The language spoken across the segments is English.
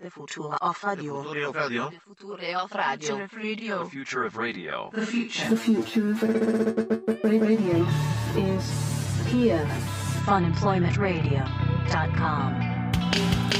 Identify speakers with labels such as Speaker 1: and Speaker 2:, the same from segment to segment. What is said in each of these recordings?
Speaker 1: The future of radio.
Speaker 2: Future of radio.
Speaker 1: The future of radio.
Speaker 2: The future of radio.
Speaker 3: The future.
Speaker 4: The future of radio is here.
Speaker 1: Funemploymentradio.com.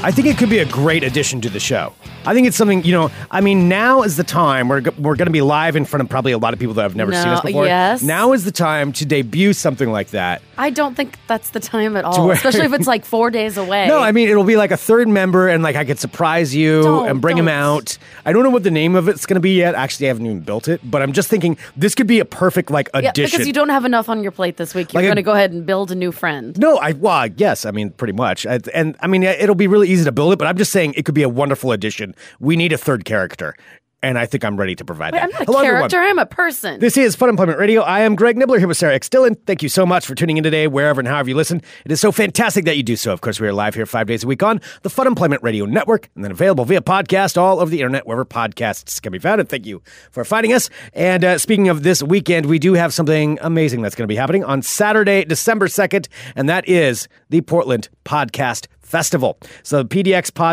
Speaker 5: I think it could be a great addition to the show. I think it's something, you know, I mean, now is the time. We're, go- we're going to be live in front of probably a lot of people that have never seen
Speaker 6: No,
Speaker 5: us before.
Speaker 6: yes.
Speaker 5: Now is the time to debut something like that.
Speaker 6: I don't think that's the time at
Speaker 5: To
Speaker 6: all,
Speaker 5: where-
Speaker 6: especially if it's like four days away.
Speaker 5: No, I mean, it'll be like a third member and like I could surprise you
Speaker 6: Don't,
Speaker 5: and bring him
Speaker 6: don't.
Speaker 5: out. I don't know what the name of it's going to be yet. Actually, I haven't even built it, but I'm just thinking this could be a perfect like
Speaker 6: yeah,
Speaker 5: addition.
Speaker 6: because you don't have enough on your plate this week. You're
Speaker 5: Like a-
Speaker 6: going to go ahead and build a new friend.
Speaker 5: No, I well, I- yes, I mean pretty much, I, and I mean it'll be really easy to build it. But I'm just saying it could be a wonderful addition. We need a third character, and I think I'm ready to provide
Speaker 6: Wait,
Speaker 5: that.
Speaker 6: I'm not a
Speaker 5: Hello, everyone.
Speaker 6: character. I'm a person.
Speaker 5: This is Fun Employment Radio. I am Greg Nibbler here with Sarah X. Dillon. Thank you so much for tuning in today, wherever and however you listen. It is so fantastic that you do so. Of course, we are live here five days a week on the Fun Employment Radio Network and then available via podcast all over the internet, wherever podcasts can be found. And thank you for finding us. And uh, speaking of this weekend, we do have something amazing that's going to be happening on Saturday, December 2nd, and that is the Portland Podcast Festival. So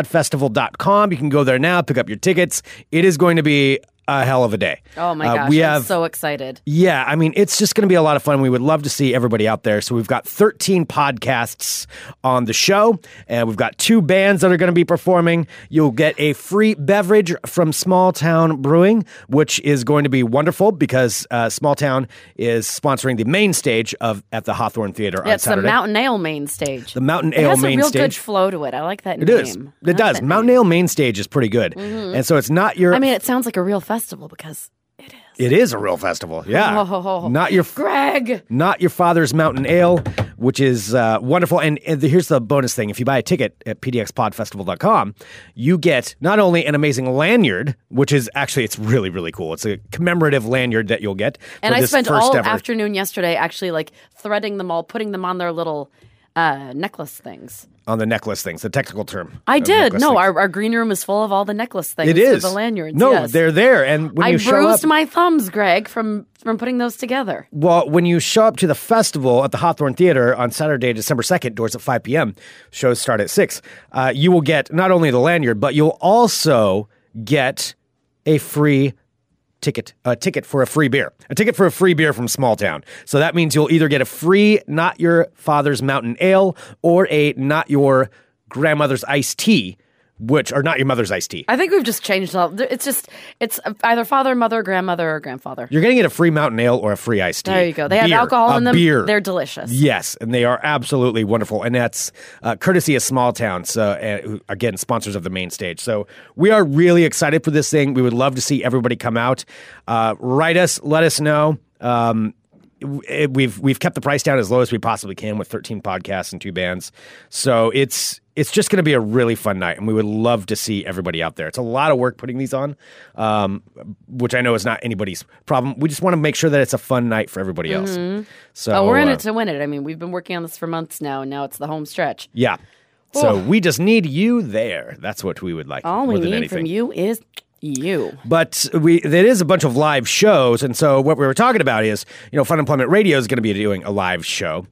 Speaker 5: pdxpodfestival.com. You can go there now, pick up your tickets. It is going to be a hell of a day.
Speaker 6: oh my
Speaker 5: Uh,
Speaker 6: gosh.
Speaker 5: we
Speaker 6: I'm
Speaker 5: have
Speaker 6: so excited.
Speaker 5: yeah, I mean, it's just going to be a lot of fun. We would love to see everybody out there. So we've got 13 podcasts on the show, and we've got two bands that are going to be performing. You'll get a free beverage from Small Town Brewing, which is going to be wonderful because uh, Small Town is sponsoring the main stage of at the Hawthorne Theater on
Speaker 6: It's the
Speaker 5: Saturday.
Speaker 6: Mountain Ale main stage.
Speaker 5: The Mountain
Speaker 6: it
Speaker 5: Ale
Speaker 6: has
Speaker 5: main
Speaker 6: a real good
Speaker 5: stage.
Speaker 6: flow to it. I like that
Speaker 5: it
Speaker 6: name.
Speaker 5: is.
Speaker 6: I
Speaker 5: It
Speaker 6: like
Speaker 5: does.
Speaker 6: that
Speaker 5: Mountain
Speaker 6: name. Mm-hmm.
Speaker 5: Ale main stage is pretty good, and so it's not your.
Speaker 6: I mean, it sounds like a real festival because
Speaker 5: it is a real festival. Yeah,
Speaker 6: Oh.
Speaker 5: not your
Speaker 6: Greg.
Speaker 5: Not Your Father's Mountain Ale, which is uh, wonderful. And, and the- here's the bonus thing if you buy a ticket at pdxpodfestival.com, you get not only an amazing lanyard, which is actually, it's really, really cool. It's a commemorative lanyard that you'll get.
Speaker 6: And
Speaker 5: for
Speaker 6: I
Speaker 5: this
Speaker 6: spent
Speaker 5: first
Speaker 6: all
Speaker 5: ever.
Speaker 6: afternoon yesterday actually like threading them all, putting them on their little uh, necklace things.
Speaker 5: on the necklace things, the technical term.
Speaker 6: I
Speaker 5: of
Speaker 6: did.
Speaker 5: Oh, necklace
Speaker 6: No,
Speaker 5: things.
Speaker 6: our, our green room is full of all the necklace things.
Speaker 5: It
Speaker 6: with
Speaker 5: is.
Speaker 6: the lanyards.
Speaker 5: No,
Speaker 6: yes.
Speaker 5: they're there. And when
Speaker 6: I
Speaker 5: you show up.
Speaker 6: bruised my thumbs, Greg, from from putting those together.
Speaker 5: Well, when you show up to the festival at the Hawthorne Theater on Saturday, December 2nd, doors at 5 p.m., shows start at 6, uh, you will get not only the lanyard, but you'll also get a free ticket, a ticket for a free beer, a ticket for a free beer from Small Town. So that means you'll either get a free Not Your Father's Mountain Ale or a Not Your Grandmother's Iced Tea, which are not your mother's iced tea.
Speaker 6: I think we've just changed all. It's just it's either father, mother, grandmother, or grandfather.
Speaker 5: You're going to get a free mountain ale or a free iced tea.
Speaker 6: There you go. They have
Speaker 5: Beer,
Speaker 6: alcohol
Speaker 5: a
Speaker 6: in them.
Speaker 5: Beer.
Speaker 6: They're delicious.
Speaker 5: Yes, and they are absolutely wonderful, and that's uh, courtesy of Small Town. So uh, who- again, sponsors of the main stage. So we are really excited for this thing. We would love to see everybody come out. Uh, write us, let us know. Um, it- we've we've kept the price down as low as we possibly can with 13 podcasts and two bands. So it's it's just going to be a really fun night, and we would love to see everybody out there. It's a lot of work putting these on, um, which I know is not anybody's problem. We just want to make sure that it's a fun night for everybody else. So
Speaker 6: But Mm-hmm. Oh, we're in
Speaker 5: uh,
Speaker 6: it to win it. I mean, we've been working on this for months now, and now it's the home stretch.
Speaker 5: Yeah. So we just need you there. That's what we would like
Speaker 6: All
Speaker 5: more
Speaker 6: we
Speaker 5: than
Speaker 6: need
Speaker 5: anything.
Speaker 6: from you is you.
Speaker 5: But we there is a bunch of live shows, and so what we were talking about is you know Fun Employment Radio is going to be doing a live show,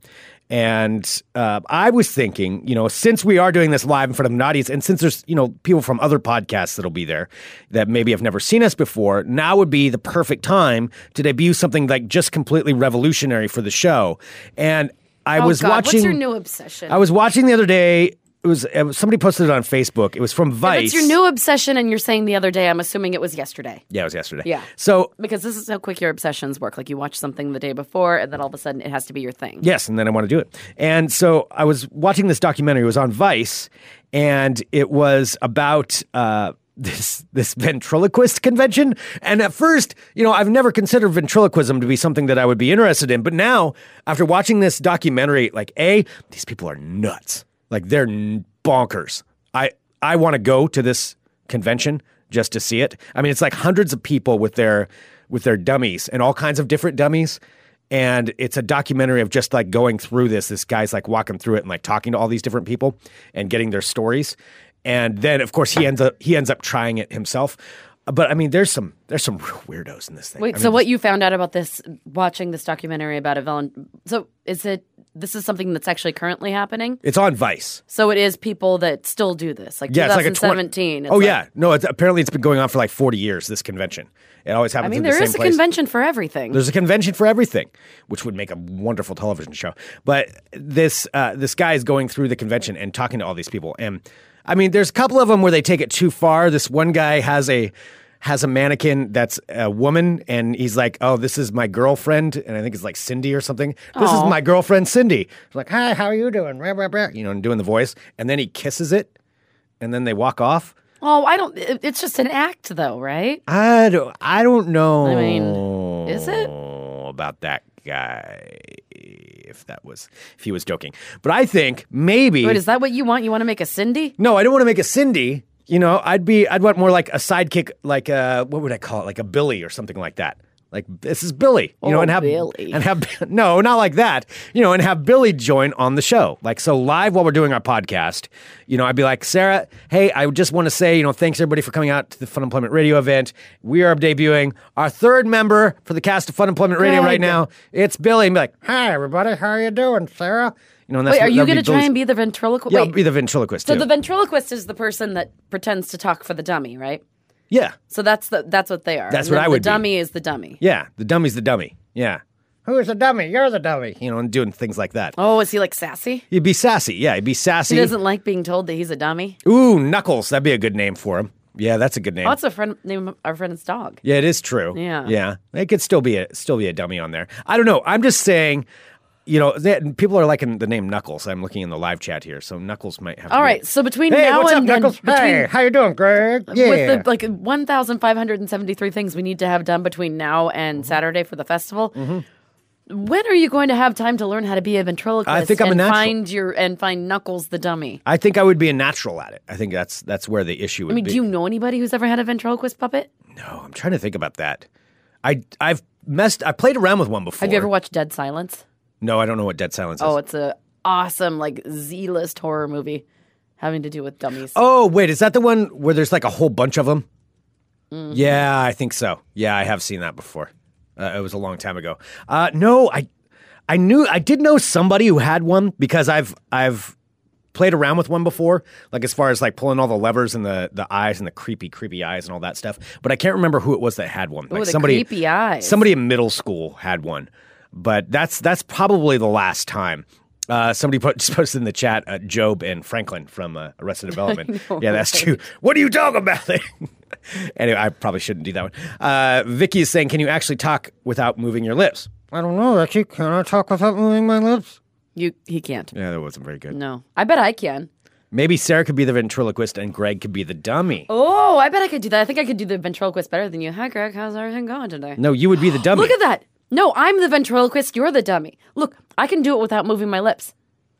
Speaker 5: and uh, I was thinking you know since we are doing this live in front of an audience, and since there's you know people from other podcasts that'll be there that maybe have never seen us before, now would be the perfect time to debut something like just completely revolutionary for the show, and. I
Speaker 6: oh
Speaker 5: was
Speaker 6: God,
Speaker 5: watching.
Speaker 6: What's your new obsession?
Speaker 5: I was watching the other day. It was it was- somebody posted it on Facebook. It was from Vice.
Speaker 6: If it's your new obsession, and you're saying the other day, I'm assuming it was yesterday.
Speaker 5: Yeah, it was yesterday.
Speaker 6: Yeah.
Speaker 5: So
Speaker 6: Because this is how quick your obsessions work. Like you watch something the day before, and then all of a sudden it has to be your thing.
Speaker 5: yes, and then I want to do it. And so I was watching this documentary. It was on Vice, and it was about. Uh, this this ventriloquist convention and at first you know I've never considered ventriloquism to be something that I would be interested in but now after watching this documentary like a these people are nuts like they're n- bonkers I I want to go to this convention just to see it. I mean, it's like hundreds of people with their with their dummies and all kinds of different dummies. And it's a documentary of just like going through this. This guy's like walking through it and like talking to all these different people and getting their stories. And then of course he ends up he ends up trying it himself. But I mean, there's some there's some real weirdos in this thing.
Speaker 6: Wait,
Speaker 5: I
Speaker 6: so
Speaker 5: mean,
Speaker 6: what you found out about this watching this documentary about a villain? So is it this is something that's actually currently happening.
Speaker 5: It's on Vice.
Speaker 6: So it is people that still do this, like
Speaker 5: Yeah, it's like a
Speaker 6: 2017.
Speaker 5: twenty.
Speaker 6: It's
Speaker 5: Oh
Speaker 6: like-
Speaker 5: yeah, no. It's, apparently, it's been going on for like forty years. This convention, it always happens.
Speaker 6: I mean,
Speaker 5: in the
Speaker 6: there
Speaker 5: same
Speaker 6: is a
Speaker 5: place.
Speaker 6: convention for everything.
Speaker 5: There's a convention for everything, which would make a wonderful television show. But this uh, this guy is going through the convention and talking to all these people, and I mean, there's a couple of them where they take it too far. This one guy has a has a mannequin that's a woman, and he's like, "Oh, this is my girlfriend," and I think it's like Cindy or something. This is my girlfriend, Cindy. He's like, "Hi, how are you doing?" Rah, rah, rah, You know, and doing the voice, and then he kisses it, and then they walk off.
Speaker 6: oh, I don't. it- It's just an act, though, right?
Speaker 5: I don't, I don't know.
Speaker 6: I mean, is it?
Speaker 5: about that guy? If that was, if he was joking, but I think maybe.
Speaker 6: Wait, is that what you want? You want to make a Cindy?
Speaker 5: no, I don't want to make a Cindy. You know, I'd be, I'd want more like a sidekick, like a what would I call it, like a Billy or something like that. Like this is Billy, you know,
Speaker 6: Oh,
Speaker 5: and have
Speaker 6: Billy.
Speaker 5: and have no, not like that, you know, and have Billy join on the show, like so live while we're doing our podcast. You know, I'd be like, Sarah, hey, I just want to say, you know, thanks everybody for coming out to the Fun Employment Radio event. We are debuting our third member for the cast of Fun Employment Radio
Speaker 6: Good.
Speaker 5: right now. It's Billy, and be like, hi everybody, how are you doing, Sarah? You know, and that's
Speaker 6: Wait,
Speaker 5: what-
Speaker 6: are you
Speaker 5: that'd
Speaker 6: going to try
Speaker 5: Billy's-
Speaker 6: and be the ventriloquist?
Speaker 5: yeah,
Speaker 6: Wait,
Speaker 5: be the ventriloquist
Speaker 6: so
Speaker 5: too.
Speaker 6: the ventriloquist is the person that pretends to talk for the dummy, right?
Speaker 5: yeah.
Speaker 6: So that's the that's what they are.
Speaker 5: That's
Speaker 6: And
Speaker 5: what
Speaker 6: then
Speaker 5: I would be.
Speaker 6: The dummy is the dummy.
Speaker 5: Yeah, the dummy's the dummy. Yeah. Who's the dummy? You're the dummy. You know, and doing things like that.
Speaker 6: Oh, is he like sassy?
Speaker 5: He'd be sassy. Yeah, he'd be
Speaker 6: He
Speaker 5: sassy.
Speaker 6: doesn't like being told that he's a dummy.
Speaker 5: Ooh, Knuckles. That'd be a good name for him. Yeah, that's a good name.
Speaker 6: Oh, that's a friend name of our friend's dog.
Speaker 5: yeah, it is true.
Speaker 6: Yeah.
Speaker 5: Yeah. It could still be a still be a dummy on there. I don't know. I'm just saying, you know, that, people are liking the name Knuckles. I'm looking in the live chat here, so Knuckles might have to
Speaker 6: All
Speaker 5: be-
Speaker 6: right, so between
Speaker 5: Hey,
Speaker 6: now
Speaker 5: what's
Speaker 6: and
Speaker 5: up,
Speaker 6: then,
Speaker 5: Knuckles?
Speaker 6: between,
Speaker 5: hey, how you doing, Greg? Yeah.
Speaker 6: with the like 1,573 things we need to have done between now and
Speaker 5: Mm-hmm.
Speaker 6: Saturday for the festival. When are you going to have time to learn how to be a ventriloquist?
Speaker 5: I think I'm a
Speaker 6: and
Speaker 5: natural.
Speaker 6: find your and find Knuckles the dummy.
Speaker 5: I think I would be a natural at it. I think that's that's where the issue would
Speaker 6: I mean,
Speaker 5: be.
Speaker 6: do you know anybody who's ever had a ventriloquist puppet?
Speaker 5: No, Oh, I'm trying to think about that. I I've messed I played around with one before.
Speaker 6: Have you ever watched Dead Silence?
Speaker 5: No, I don't know what Dead Silence
Speaker 6: Oh,
Speaker 5: is.
Speaker 6: it's a awesome like Z-list horror movie having to do with dummies.
Speaker 5: Oh, wait, is that the one where there's like a whole bunch of them?
Speaker 6: Mm-hmm.
Speaker 5: Yeah, I think so. Yeah, I have seen that before. Uh, it was a long time ago. Uh, no, I I knew I did know somebody who had one because I've I've played around with one before, like as far as like pulling all the levers and the the eyes and the creepy creepy eyes and all that stuff. But I can't remember who it was that had one. Like
Speaker 6: the
Speaker 5: somebody
Speaker 6: creepy eyes.
Speaker 5: Somebody in middle school had one, but that's that's probably the last time. Uh, somebody put, just posted in the chat uh, Job and Franklin from uh, Arrested Development. yeah, that's true. What are you talking about? anyway, I probably shouldn't do that one. Uh, Vicky is saying, can you actually talk without moving your lips? I don't know, Vicky. Can I talk without moving my lips?
Speaker 6: You he can't.
Speaker 5: Yeah, that wasn't very good.
Speaker 6: No, I bet I can.
Speaker 5: Maybe Sarah could be the ventriloquist and Greg could be the dummy.
Speaker 6: Oh, I bet I could do that. I think I could do the ventriloquist better than you. Hi, Greg. How's everything going today?
Speaker 5: No, you would be the dummy.
Speaker 6: Look at that. No, I'm the ventriloquist. You're the dummy. Look, I can do it without moving my lips.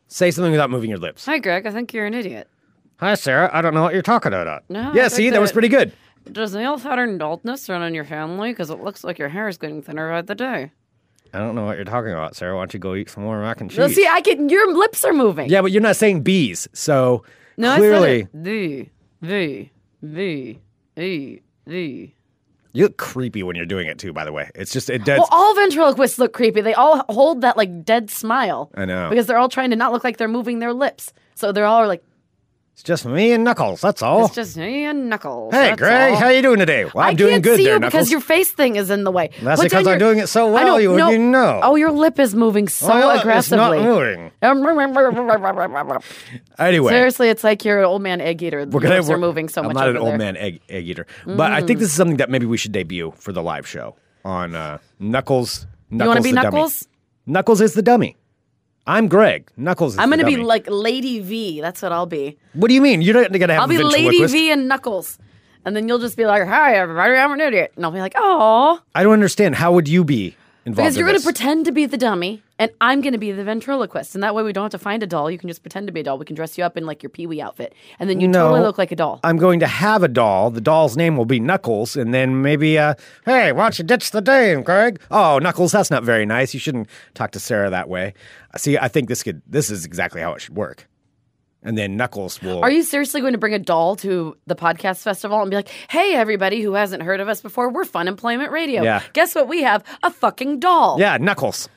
Speaker 5: Say something without moving your lips.
Speaker 6: Hi, Greg. I think you're an idiot.
Speaker 5: Hi, Sarah. I don't know what you're talking about.
Speaker 6: No, I
Speaker 5: yeah,
Speaker 6: think
Speaker 5: see, that was
Speaker 6: that-
Speaker 5: pretty good.
Speaker 6: Does the nail pattern baldness run on your family? Because it looks like your hair is getting thinner by the day.
Speaker 5: I don't know what you're talking about, Sarah. Why don't you go eat some more mac and cheese?
Speaker 6: No, see, I can. Your lips are moving.
Speaker 5: yeah, but you're not saying bees, so
Speaker 6: No,
Speaker 5: clearly
Speaker 6: I said it. The, the, the, the, the.
Speaker 5: you look creepy when you're doing it too. By the way, it's just it does.
Speaker 6: Well, all ventriloquists look creepy. They all hold that like dead smile.
Speaker 5: I know.
Speaker 6: because they're all trying to not look like they're moving their lips. So they're all like,
Speaker 5: it's just me and Knuckles. That's all.
Speaker 6: it's just me and Knuckles.
Speaker 5: Oh. hey,
Speaker 6: that's
Speaker 5: Greg,
Speaker 6: all."
Speaker 5: how you doing today? Well, I'm
Speaker 6: I can't
Speaker 5: doing good
Speaker 6: see
Speaker 5: there,
Speaker 6: you
Speaker 5: Knuckles.
Speaker 6: because your face thing is in the way.
Speaker 5: That's
Speaker 6: Put down
Speaker 5: because I'm
Speaker 6: your-
Speaker 5: doing it so
Speaker 6: I
Speaker 5: well, you
Speaker 6: no.
Speaker 5: wouldn't know.
Speaker 6: Oh, your lip is moving so
Speaker 5: My lip is
Speaker 6: aggressively.
Speaker 5: not moving.
Speaker 6: moving.
Speaker 5: anyway,
Speaker 6: Seriously, it's like you're an old man egg eater. The
Speaker 5: we're gonna
Speaker 6: lips are
Speaker 5: we're-
Speaker 6: moving so
Speaker 5: I'm
Speaker 6: much.
Speaker 5: not an
Speaker 6: over
Speaker 5: old
Speaker 6: there. Mm.
Speaker 5: man egg, egg eater, but I think this is something that maybe we should debut for the live show on uh, Knuckles. Knuckles
Speaker 6: You want to be
Speaker 5: the dummy.
Speaker 6: Knuckles?
Speaker 5: Knuckles is the dummy. I'm Greg. Knuckles. Is
Speaker 6: I'm
Speaker 5: the
Speaker 6: gonna be
Speaker 5: dummy.
Speaker 6: like Lady V. That's what I'll be.
Speaker 5: What do you mean? You're not gonna have.
Speaker 6: I'll
Speaker 5: a
Speaker 6: be Lady
Speaker 5: ventriloquist.
Speaker 6: V and Knuckles, and then you'll just be like, "Hi, everybody, I'm an idiot," and I'll be like, "Oh."
Speaker 5: I don't understand. How would you be involved?
Speaker 6: Because you're
Speaker 5: in
Speaker 6: going
Speaker 5: this?
Speaker 6: to pretend to be the dummy, and I'm going to be the ventriloquist, and that way we don't have to find a doll. You can just pretend to be a doll. We can dress you up in like your Pee Wee outfit, and then you
Speaker 5: No.
Speaker 6: totally look like a doll.
Speaker 5: I'm going to have a doll. The doll's name will be Knuckles, and then maybe, uh, hey, why don't you ditch the name, Greg? Oh, Knuckles, that's not very nice. You shouldn't talk to Sarah that way. See, I think this could. This is exactly how it should work. And then Knuckles will.
Speaker 6: Are you seriously going to bring a doll to the podcast festival and be like, "Hey, everybody who hasn't heard of us before, we're Fun Employment Radio.
Speaker 5: Yeah.
Speaker 6: Guess what? We have a fucking doll."
Speaker 5: Yeah, Knuckles.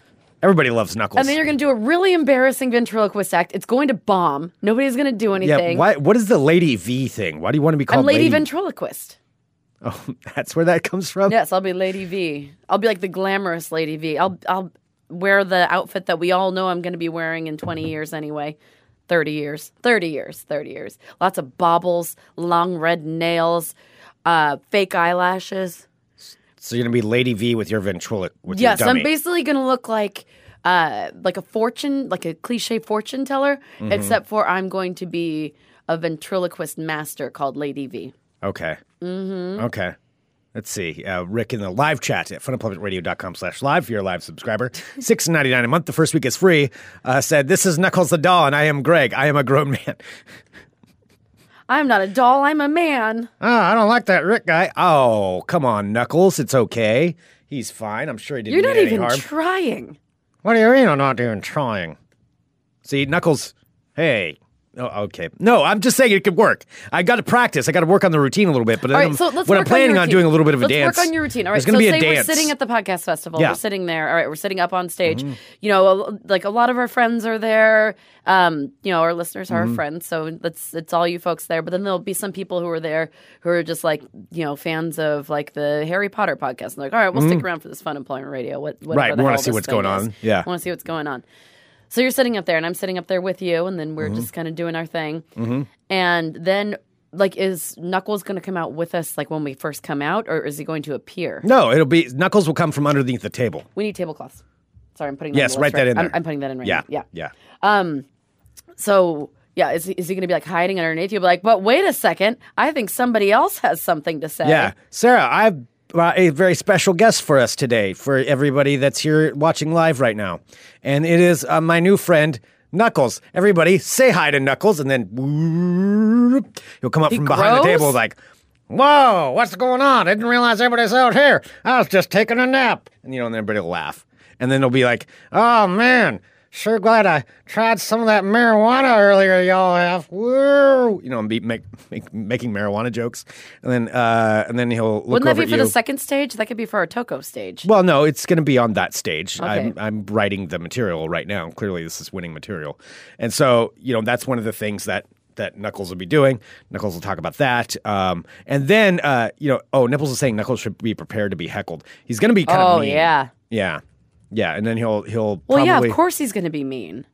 Speaker 5: Everybody loves Knuckles.
Speaker 6: And then you're going to do a really embarrassing ventriloquist act. It's going to bomb. Nobody's going to do
Speaker 5: yeah,
Speaker 6: anything.
Speaker 5: why, what is the Lady V thing? Why do you want to be
Speaker 6: I'm
Speaker 5: called
Speaker 6: Lady,
Speaker 5: Lady?
Speaker 6: Ventriloquist.
Speaker 5: oh, that's where that comes from.
Speaker 6: Yes, I'll be Lady V. I'll be like the glamorous Lady V. I'll I'll wear the outfit that we all know I'm going to be wearing in 20 years anyway. 30 years. 30 years. 30 years. Lots of baubles, long red nails, uh, fake eyelashes.
Speaker 5: So you're gonna be Lady V with your ventriloquist. With
Speaker 6: Yes,
Speaker 5: your
Speaker 6: I'm
Speaker 5: dummy.
Speaker 6: basically going to look like uh, like a fortune, like a cliche fortune teller,
Speaker 5: Mm-hmm.
Speaker 6: except for I'm going to be a ventriloquist master called Lady V.
Speaker 5: Okay. Mm-hmm. Okay. Let's see. Uh, Rick in the live chat at funemploymentradio.com slash live if you're a live subscriber. Six ninety nine a month. The first week is free. Uh, said, This is Knuckles the Doll, and I am Greg. I am a grown man.
Speaker 6: I'm not a doll, I'm a man.
Speaker 5: Ah, I don't like that Rick guy. Oh, come on, Knuckles. It's okay. He's fine. I'm sure he didn't
Speaker 6: You're
Speaker 5: mean
Speaker 6: not
Speaker 5: any
Speaker 6: even
Speaker 5: harm.
Speaker 6: trying.
Speaker 5: what do you mean I'm not even trying? See, Knuckles, hey. Oh, okay. No, I'm just saying it could work. I got to practice. I got to work on the routine a little bit. But
Speaker 6: All
Speaker 5: then
Speaker 6: right,
Speaker 5: I'm-
Speaker 6: so let's
Speaker 5: what
Speaker 6: work
Speaker 5: I'm planning
Speaker 6: on, your
Speaker 5: on,
Speaker 6: routine.
Speaker 5: doing a little bit of a
Speaker 6: let's
Speaker 5: dance.
Speaker 6: work on your routine. All right,
Speaker 5: There's going
Speaker 6: so
Speaker 5: to
Speaker 6: say
Speaker 5: be a dance.
Speaker 6: we're sitting at the podcast festival.
Speaker 5: Yeah. Mm-hmm.
Speaker 6: We're sitting there. All right, we're sitting up on stage. You know, a- like a lot of our friends are there. Um, you know, our listeners
Speaker 5: Mm-hmm.
Speaker 6: are our friends, so that's it's all you folks there. But then there'll be some people who are there who are just like you know fans of like the Harry Potter podcast. And they're like, all right, we'll stick around for this fun employment radio. What whatever
Speaker 5: Mm. Right,
Speaker 6: the
Speaker 5: we wanna
Speaker 6: hell
Speaker 5: see
Speaker 6: this
Speaker 5: what's
Speaker 6: thing
Speaker 5: going
Speaker 6: is.
Speaker 5: on. Yeah.
Speaker 6: want to see what's going on. So you're sitting up there, and I'm sitting up there with you, and then we're
Speaker 5: Mm-hmm.
Speaker 6: just kind of doing our thing. And then, like, is Knuckles going to come out with us, like, when we first come out, or is he going to appear?
Speaker 5: No, it'll be Knuckles will come from underneath the table.
Speaker 6: We need tablecloths. Sorry, I'm putting that in
Speaker 5: Yes,
Speaker 6: the list
Speaker 5: write that
Speaker 6: right-
Speaker 5: in there.
Speaker 6: I'm, I'm putting that in right
Speaker 5: yeah,
Speaker 6: now. Yeah.
Speaker 5: yeah.
Speaker 6: So, yeah, is, he- is he going to be, like, hiding underneath you? Be like, but wait a second. I think somebody else has something to say.
Speaker 5: Yeah. Sarah, I've uh, a very special guest for us today for everybody that's here watching live right now, and it is uh, my new friend Knuckles. Everybody, say hi to Knuckles, and then whoop, he'll come up from behind the
Speaker 6: grows?
Speaker 5: table like. Whoa, what's going on? I didn't realize everybody's out here. I was just taking a nap. And you know, and everybody will laugh. And then they'll be like, oh man, sure glad I tried some of that marijuana earlier y'all have. Woo! You know, and be make, make, making marijuana jokes. And then uh and then he'll look
Speaker 6: Wouldn't
Speaker 5: over
Speaker 6: that be
Speaker 5: at
Speaker 6: for
Speaker 5: you.
Speaker 6: the second stage? That could be for our Toco stage.
Speaker 5: well, no, it's going to be on that stage. I'm,
Speaker 6: Okay.
Speaker 5: I'm writing the material right now. Clearly, this is winning material, and so you know that's one of the things that that Knuckles will be doing. Knuckles will talk about that, um, and then uh, you know, oh, Nipples is saying Knuckles should be prepared to be heckled. He's going to be kind
Speaker 6: Oh,
Speaker 5: of mean.
Speaker 6: yeah.
Speaker 5: yeah, yeah, and then he'll he'll
Speaker 6: well,
Speaker 5: probably
Speaker 6: yeah, of course he's going to be mean.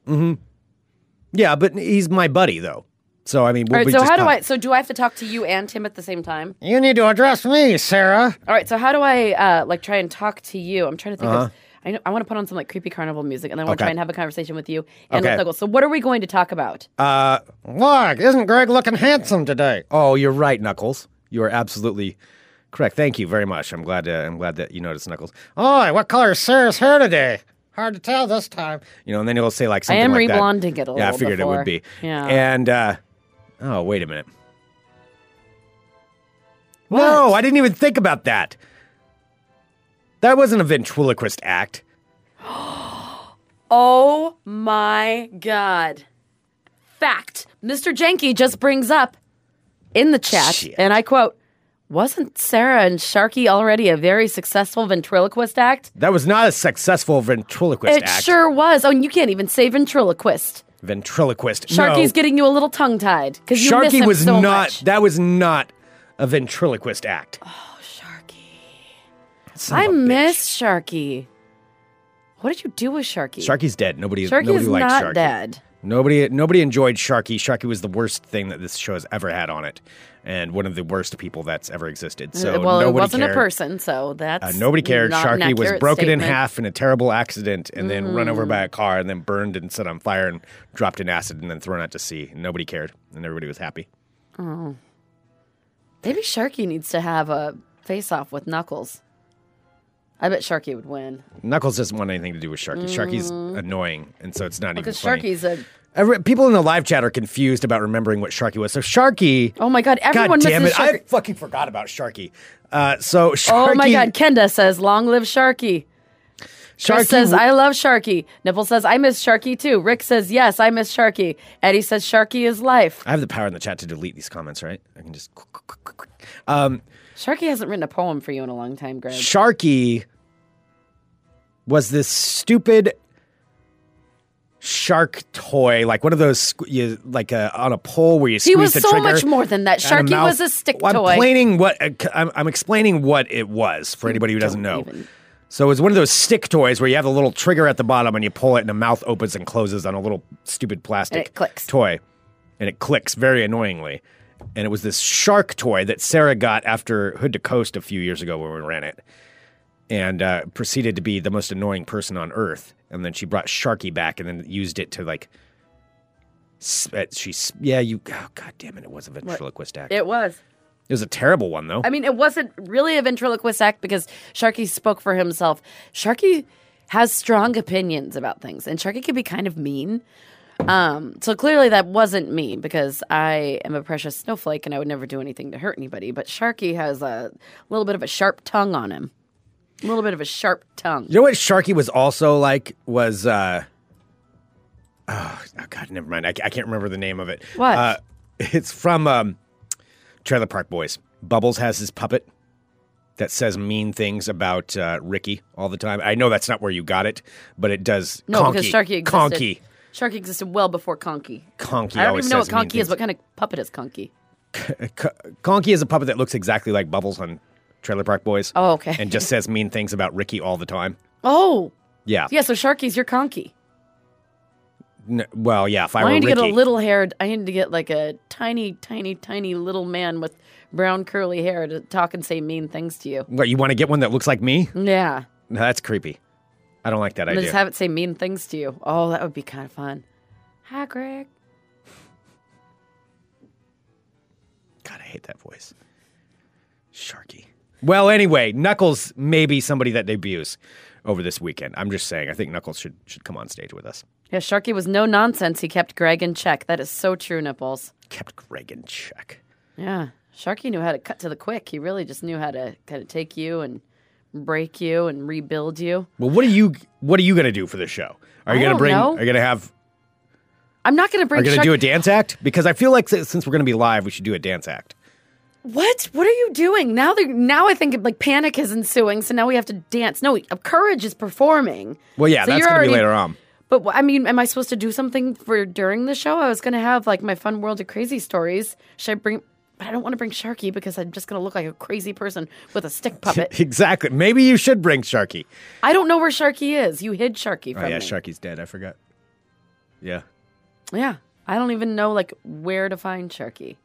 Speaker 5: yeah, but he's my buddy though, so I mean, we'll
Speaker 6: All right,
Speaker 5: be
Speaker 6: so
Speaker 5: just
Speaker 6: how do
Speaker 5: fine.
Speaker 6: I? So do I have to talk to you and Tim at the same time?
Speaker 5: You need to address me, Sarah.
Speaker 6: All right, so how do I uh, like try and talk to you? I'm trying to think. Of, I know, I want to put on some like creepy carnival music, and I want to
Speaker 5: Uh-huh. Okay.
Speaker 6: try and have a conversation with you and
Speaker 5: Okay.
Speaker 6: with Knuckles. So what are we going to talk about?
Speaker 5: Uh, look, isn't Greg looking handsome today? Oh, you're right, Knuckles. You are absolutely correct. Thank you very much. I'm glad. To, I'm glad that you noticed, Knuckles. Oh, what color is Sarah's hair today? Hard to tell this time. You know, and then he'll say like
Speaker 6: I
Speaker 5: something
Speaker 6: am
Speaker 5: like that.
Speaker 6: reblonding it a little.
Speaker 5: Yeah, I figured it
Speaker 6: before.
Speaker 5: would be.
Speaker 6: Yeah.
Speaker 5: And uh, oh, wait a minute. No, I didn't even think about that. That wasn't a ventriloquist act.
Speaker 6: oh my god! Fact, Mr. Jenke just brings up in the chat,
Speaker 5: Shit.
Speaker 6: and I quote: "Wasn't Sarah and Sharky already a very successful ventriloquist act?
Speaker 5: That was not a successful ventriloquist
Speaker 6: it
Speaker 5: act.
Speaker 6: sure was. Oh, and you can't even say ventriloquist."
Speaker 5: ventriloquist.
Speaker 6: Sharky's
Speaker 5: no.
Speaker 6: getting you a little tongue tied because you miss
Speaker 5: Sharky
Speaker 6: him
Speaker 5: was
Speaker 6: so
Speaker 5: not.
Speaker 6: much.
Speaker 5: That was not a ventriloquist act. Son of
Speaker 6: I
Speaker 5: a bitch.
Speaker 6: miss Sharky. What did you do with Sharky?
Speaker 5: Sharky's dead. Nobody.
Speaker 6: Sharky
Speaker 5: nobody
Speaker 6: is
Speaker 5: liked
Speaker 6: not
Speaker 5: Sharky.
Speaker 6: dead.
Speaker 5: Nobody. Nobody enjoyed Sharky. Sharky was the worst thing that this show has ever had on it, and one of the worst people that's ever existed. So
Speaker 6: well,
Speaker 5: nobody
Speaker 6: it wasn't
Speaker 5: cared.
Speaker 6: a person, so that's
Speaker 5: Uh, nobody cared.
Speaker 6: not an
Speaker 5: Sharky was
Speaker 6: accurate
Speaker 5: broken in
Speaker 6: statement. Mm.
Speaker 5: half in a terrible accident and then run over by a car and then burned and set on fire and dropped in acid and then thrown out to sea. Nobody cared and everybody was happy.
Speaker 6: Maybe Sharky needs to have a face-off with Knuckles. I bet Sharky would win
Speaker 5: Knuckles doesn't want anything to do with Sharky. Sharky's
Speaker 6: Mm.
Speaker 5: annoying, and so it's not even
Speaker 6: because
Speaker 5: funny.
Speaker 6: Sharky's a.
Speaker 5: Every- people in the live chat are confused about remembering what Sharky was. So Sharky,
Speaker 6: Oh my God! Everyone
Speaker 5: god damn it,
Speaker 6: misses
Speaker 5: I
Speaker 6: Sharky.
Speaker 5: fucking forgot about Sharky. Uh, so Sharky,
Speaker 6: Oh my God! Kenda says, "Long live Sharky."
Speaker 5: Sharky
Speaker 6: Chris says,
Speaker 5: w-
Speaker 6: I love Sharky. Nipple says, I miss Sharky too. Rick says, yes, I miss Sharky. Eddie says, Sharky is life.
Speaker 5: I have the power in the chat to delete these comments, right? I can just. quick, quick, quick, quick, quick. Um,
Speaker 6: Sharky hasn't written a poem for you in a long time, Greg.
Speaker 5: Sharky was this stupid shark toy, like one of those sque- you, like uh, on a pole where you squeeze
Speaker 6: He was
Speaker 5: the
Speaker 6: so
Speaker 5: trigger.
Speaker 6: much more than that.
Speaker 5: and
Speaker 6: Sharky
Speaker 5: mouth-
Speaker 6: was a stick
Speaker 5: Well, I'm
Speaker 6: toy.
Speaker 5: Explaining what uh, I'm, I'm explaining what it was for anybody who doesn't know.
Speaker 6: don't even-
Speaker 5: So it's one of those stick toys where you have a little trigger at the bottom and you pull it, and the mouth opens and closes on a little stupid plastic
Speaker 6: And it clicks.
Speaker 5: toy, and it clicks very annoyingly. And it was this shark toy that Sarah got after Hood to Coast a few years ago when we ran it, and uh, proceeded to be the most annoying person on earth. And then she brought Sharky back, and then used it to like. s- uh, She, s- yeah, you. Oh, God damn it! It was a ventriloquist act.
Speaker 6: It was.
Speaker 5: It was a terrible one, though.
Speaker 6: I mean, it wasn't really a ventriloquist act because Sharky spoke for himself. Sharky has strong opinions about things, and Sharky can be kind of mean. Um, so clearly that wasn't me because I am a precious snowflake and I would never do anything to hurt anybody. But Sharky has a little bit of a sharp tongue on him. A little bit of a sharp tongue.
Speaker 5: you know what Sharky was also like was. uh Oh, oh God, never mind. I, I can't remember the name of it.
Speaker 6: What?
Speaker 5: Uh, it's from um, Trailer Park Boys. Bubbles has his puppet that says mean things about uh, Ricky all the time. I know that's not where you got it, but it does.
Speaker 6: No,
Speaker 5: conky,
Speaker 6: because Sharky existed.
Speaker 5: Conky.
Speaker 6: Sharky existed well before Conky.
Speaker 5: Conky
Speaker 6: I don't
Speaker 5: always
Speaker 6: even know what
Speaker 5: says mean
Speaker 6: Conky is.
Speaker 5: things.
Speaker 6: What kind of puppet is Conky?
Speaker 5: Co- Conky is a puppet that looks exactly like Bubbles on Trailer Park Boys.
Speaker 6: Oh, okay.
Speaker 5: And just says mean things about Ricky all the time.
Speaker 6: Oh,
Speaker 5: Yeah.
Speaker 6: yeah. So Sharky's your Conky.
Speaker 5: N- well, yeah. If I,
Speaker 6: I,
Speaker 5: were
Speaker 6: need to
Speaker 5: Ricky,
Speaker 6: get a little hair. I need to get like a tiny, tiny, tiny little man with brown curly hair to talk and say mean things to you.
Speaker 5: What, you want to get one that looks like me?
Speaker 6: Yeah,
Speaker 5: No, that's creepy. I don't like that
Speaker 6: and
Speaker 5: idea.
Speaker 6: just have it say mean things to you. Oh, that would be kind of fun. Hi, Greg.
Speaker 5: God, I hate that voice. Sharky. Well, anyway, Knuckles may be somebody that debuts over this weekend. I'm just saying. I think Knuckles should should come on stage with us.
Speaker 6: Yeah, Sharky was no nonsense. He kept Greg in check. That is so true, nipples.
Speaker 5: Kept Greg in check.
Speaker 6: Yeah, Sharky knew how to cut to the quick. He really just knew how to kind of take you and break you and rebuild you.
Speaker 5: Well, what are you what are you gonna do for the show? Are you
Speaker 6: I
Speaker 5: gonna
Speaker 6: don't
Speaker 5: bring?
Speaker 6: know.
Speaker 5: Are you gonna have?
Speaker 6: I'm not gonna
Speaker 5: Are
Speaker 6: bring.
Speaker 5: you gonna
Speaker 6: Sharky-
Speaker 5: do a dance act? Because I feel like si- since we're gonna be live, we should do a dance act.
Speaker 6: What? What are you doing now? they're- Now I think like panic is ensuing. So now we have to dance. No, uh, courage is performing.
Speaker 5: Well, yeah,
Speaker 6: So
Speaker 5: that's
Speaker 6: you're
Speaker 5: gonna be
Speaker 6: already-
Speaker 5: later on.
Speaker 6: But wh- I mean, am I supposed to do something for during the show? I was gonna have like my fun world of crazy stories. Should I bring? But I don't want to bring Sharky because I'm just gonna look like a crazy person with a stick puppet.
Speaker 5: exactly. Maybe you should bring Sharky.
Speaker 6: I don't know where Sharky is. You hid Sharky from
Speaker 5: Oh yeah,
Speaker 6: me.
Speaker 5: Sharky's dead. I forgot. Yeah,
Speaker 6: Yeah, I don't even know like where to find Sharky.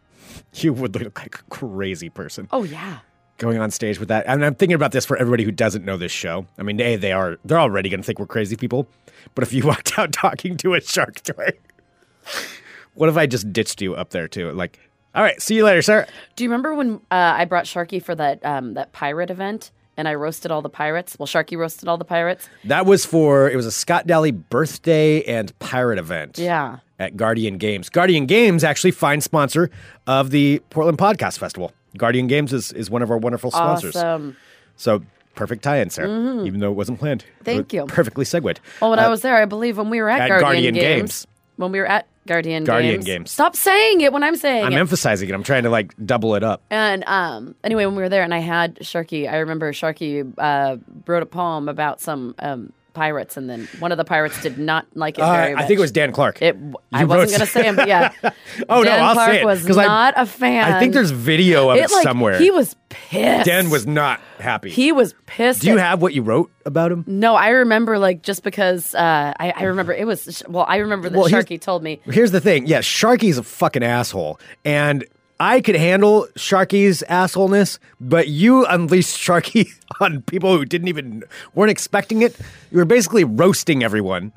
Speaker 5: you would look like a crazy person
Speaker 6: Oh yeah.
Speaker 5: going on stage with that. And I'm thinking about this for everybody who doesn't know this show. I mean, a they are they're already going to think we're crazy people, but if you walked out talking to a shark toy, what if I just ditched you up there too? Like, all right, see you later, sir.
Speaker 6: Do you remember when uh, I brought Sharky for that um, that pirate event and I roasted all the pirates? Well, Sharky roasted all the pirates.
Speaker 5: That was for it was a Scott Daly birthday and pirate event.
Speaker 6: Yeah.
Speaker 5: At Guardian Games. Guardian Games actually fine sponsor of the Portland Podcast Festival. Guardian Games is, is one of our wonderful sponsors.
Speaker 6: Awesome.
Speaker 5: So perfect tie-in, Sarah. Even though it wasn't planned. It
Speaker 6: Mm-hmm. Thank
Speaker 5: was
Speaker 6: you. Oh,
Speaker 5: Perfectly segued.
Speaker 6: Well, when I was there, I believe when we were at,
Speaker 5: Uh, at Guardian
Speaker 6: Guardian, Games,
Speaker 5: Games.
Speaker 6: when we were at Guardian,
Speaker 5: Guardian
Speaker 6: Games,
Speaker 5: Games.
Speaker 6: Stop saying it when I'm saying
Speaker 5: I'm
Speaker 6: it.
Speaker 5: emphasizing it. I'm trying to like double it up.
Speaker 6: and um, anyway, when we were there, and I had Sharky. I remember Sharky uh, wrote a poem about some um, pirates, and then one of the pirates did not like it
Speaker 5: Uh,
Speaker 6: very much.
Speaker 5: I think it was Dan Clark.
Speaker 6: It, I
Speaker 5: You
Speaker 6: wasn't
Speaker 5: wrote-
Speaker 6: going to say him, but yeah.
Speaker 5: Oh, no,
Speaker 6: Dan
Speaker 5: I'll say
Speaker 6: Clark
Speaker 5: it,
Speaker 6: was
Speaker 5: 'cause I-
Speaker 6: not a fan.
Speaker 5: I think there's video of it,
Speaker 6: it like,
Speaker 5: somewhere.
Speaker 6: He was pissed.
Speaker 5: Dan was not happy.
Speaker 6: He was pissed.
Speaker 5: Do you
Speaker 6: at-
Speaker 5: have what you wrote about him?
Speaker 6: No, I remember like just because uh, I, I remember it was well, I remember that
Speaker 5: Well, here's-
Speaker 6: Sharky told me.
Speaker 5: Here's the thing. Yeah, Sharky's a fucking asshole. And I could handle Sharky's assholeness, but you unleashed Sharky on people who didn't even weren't expecting it. You were basically roasting everyone.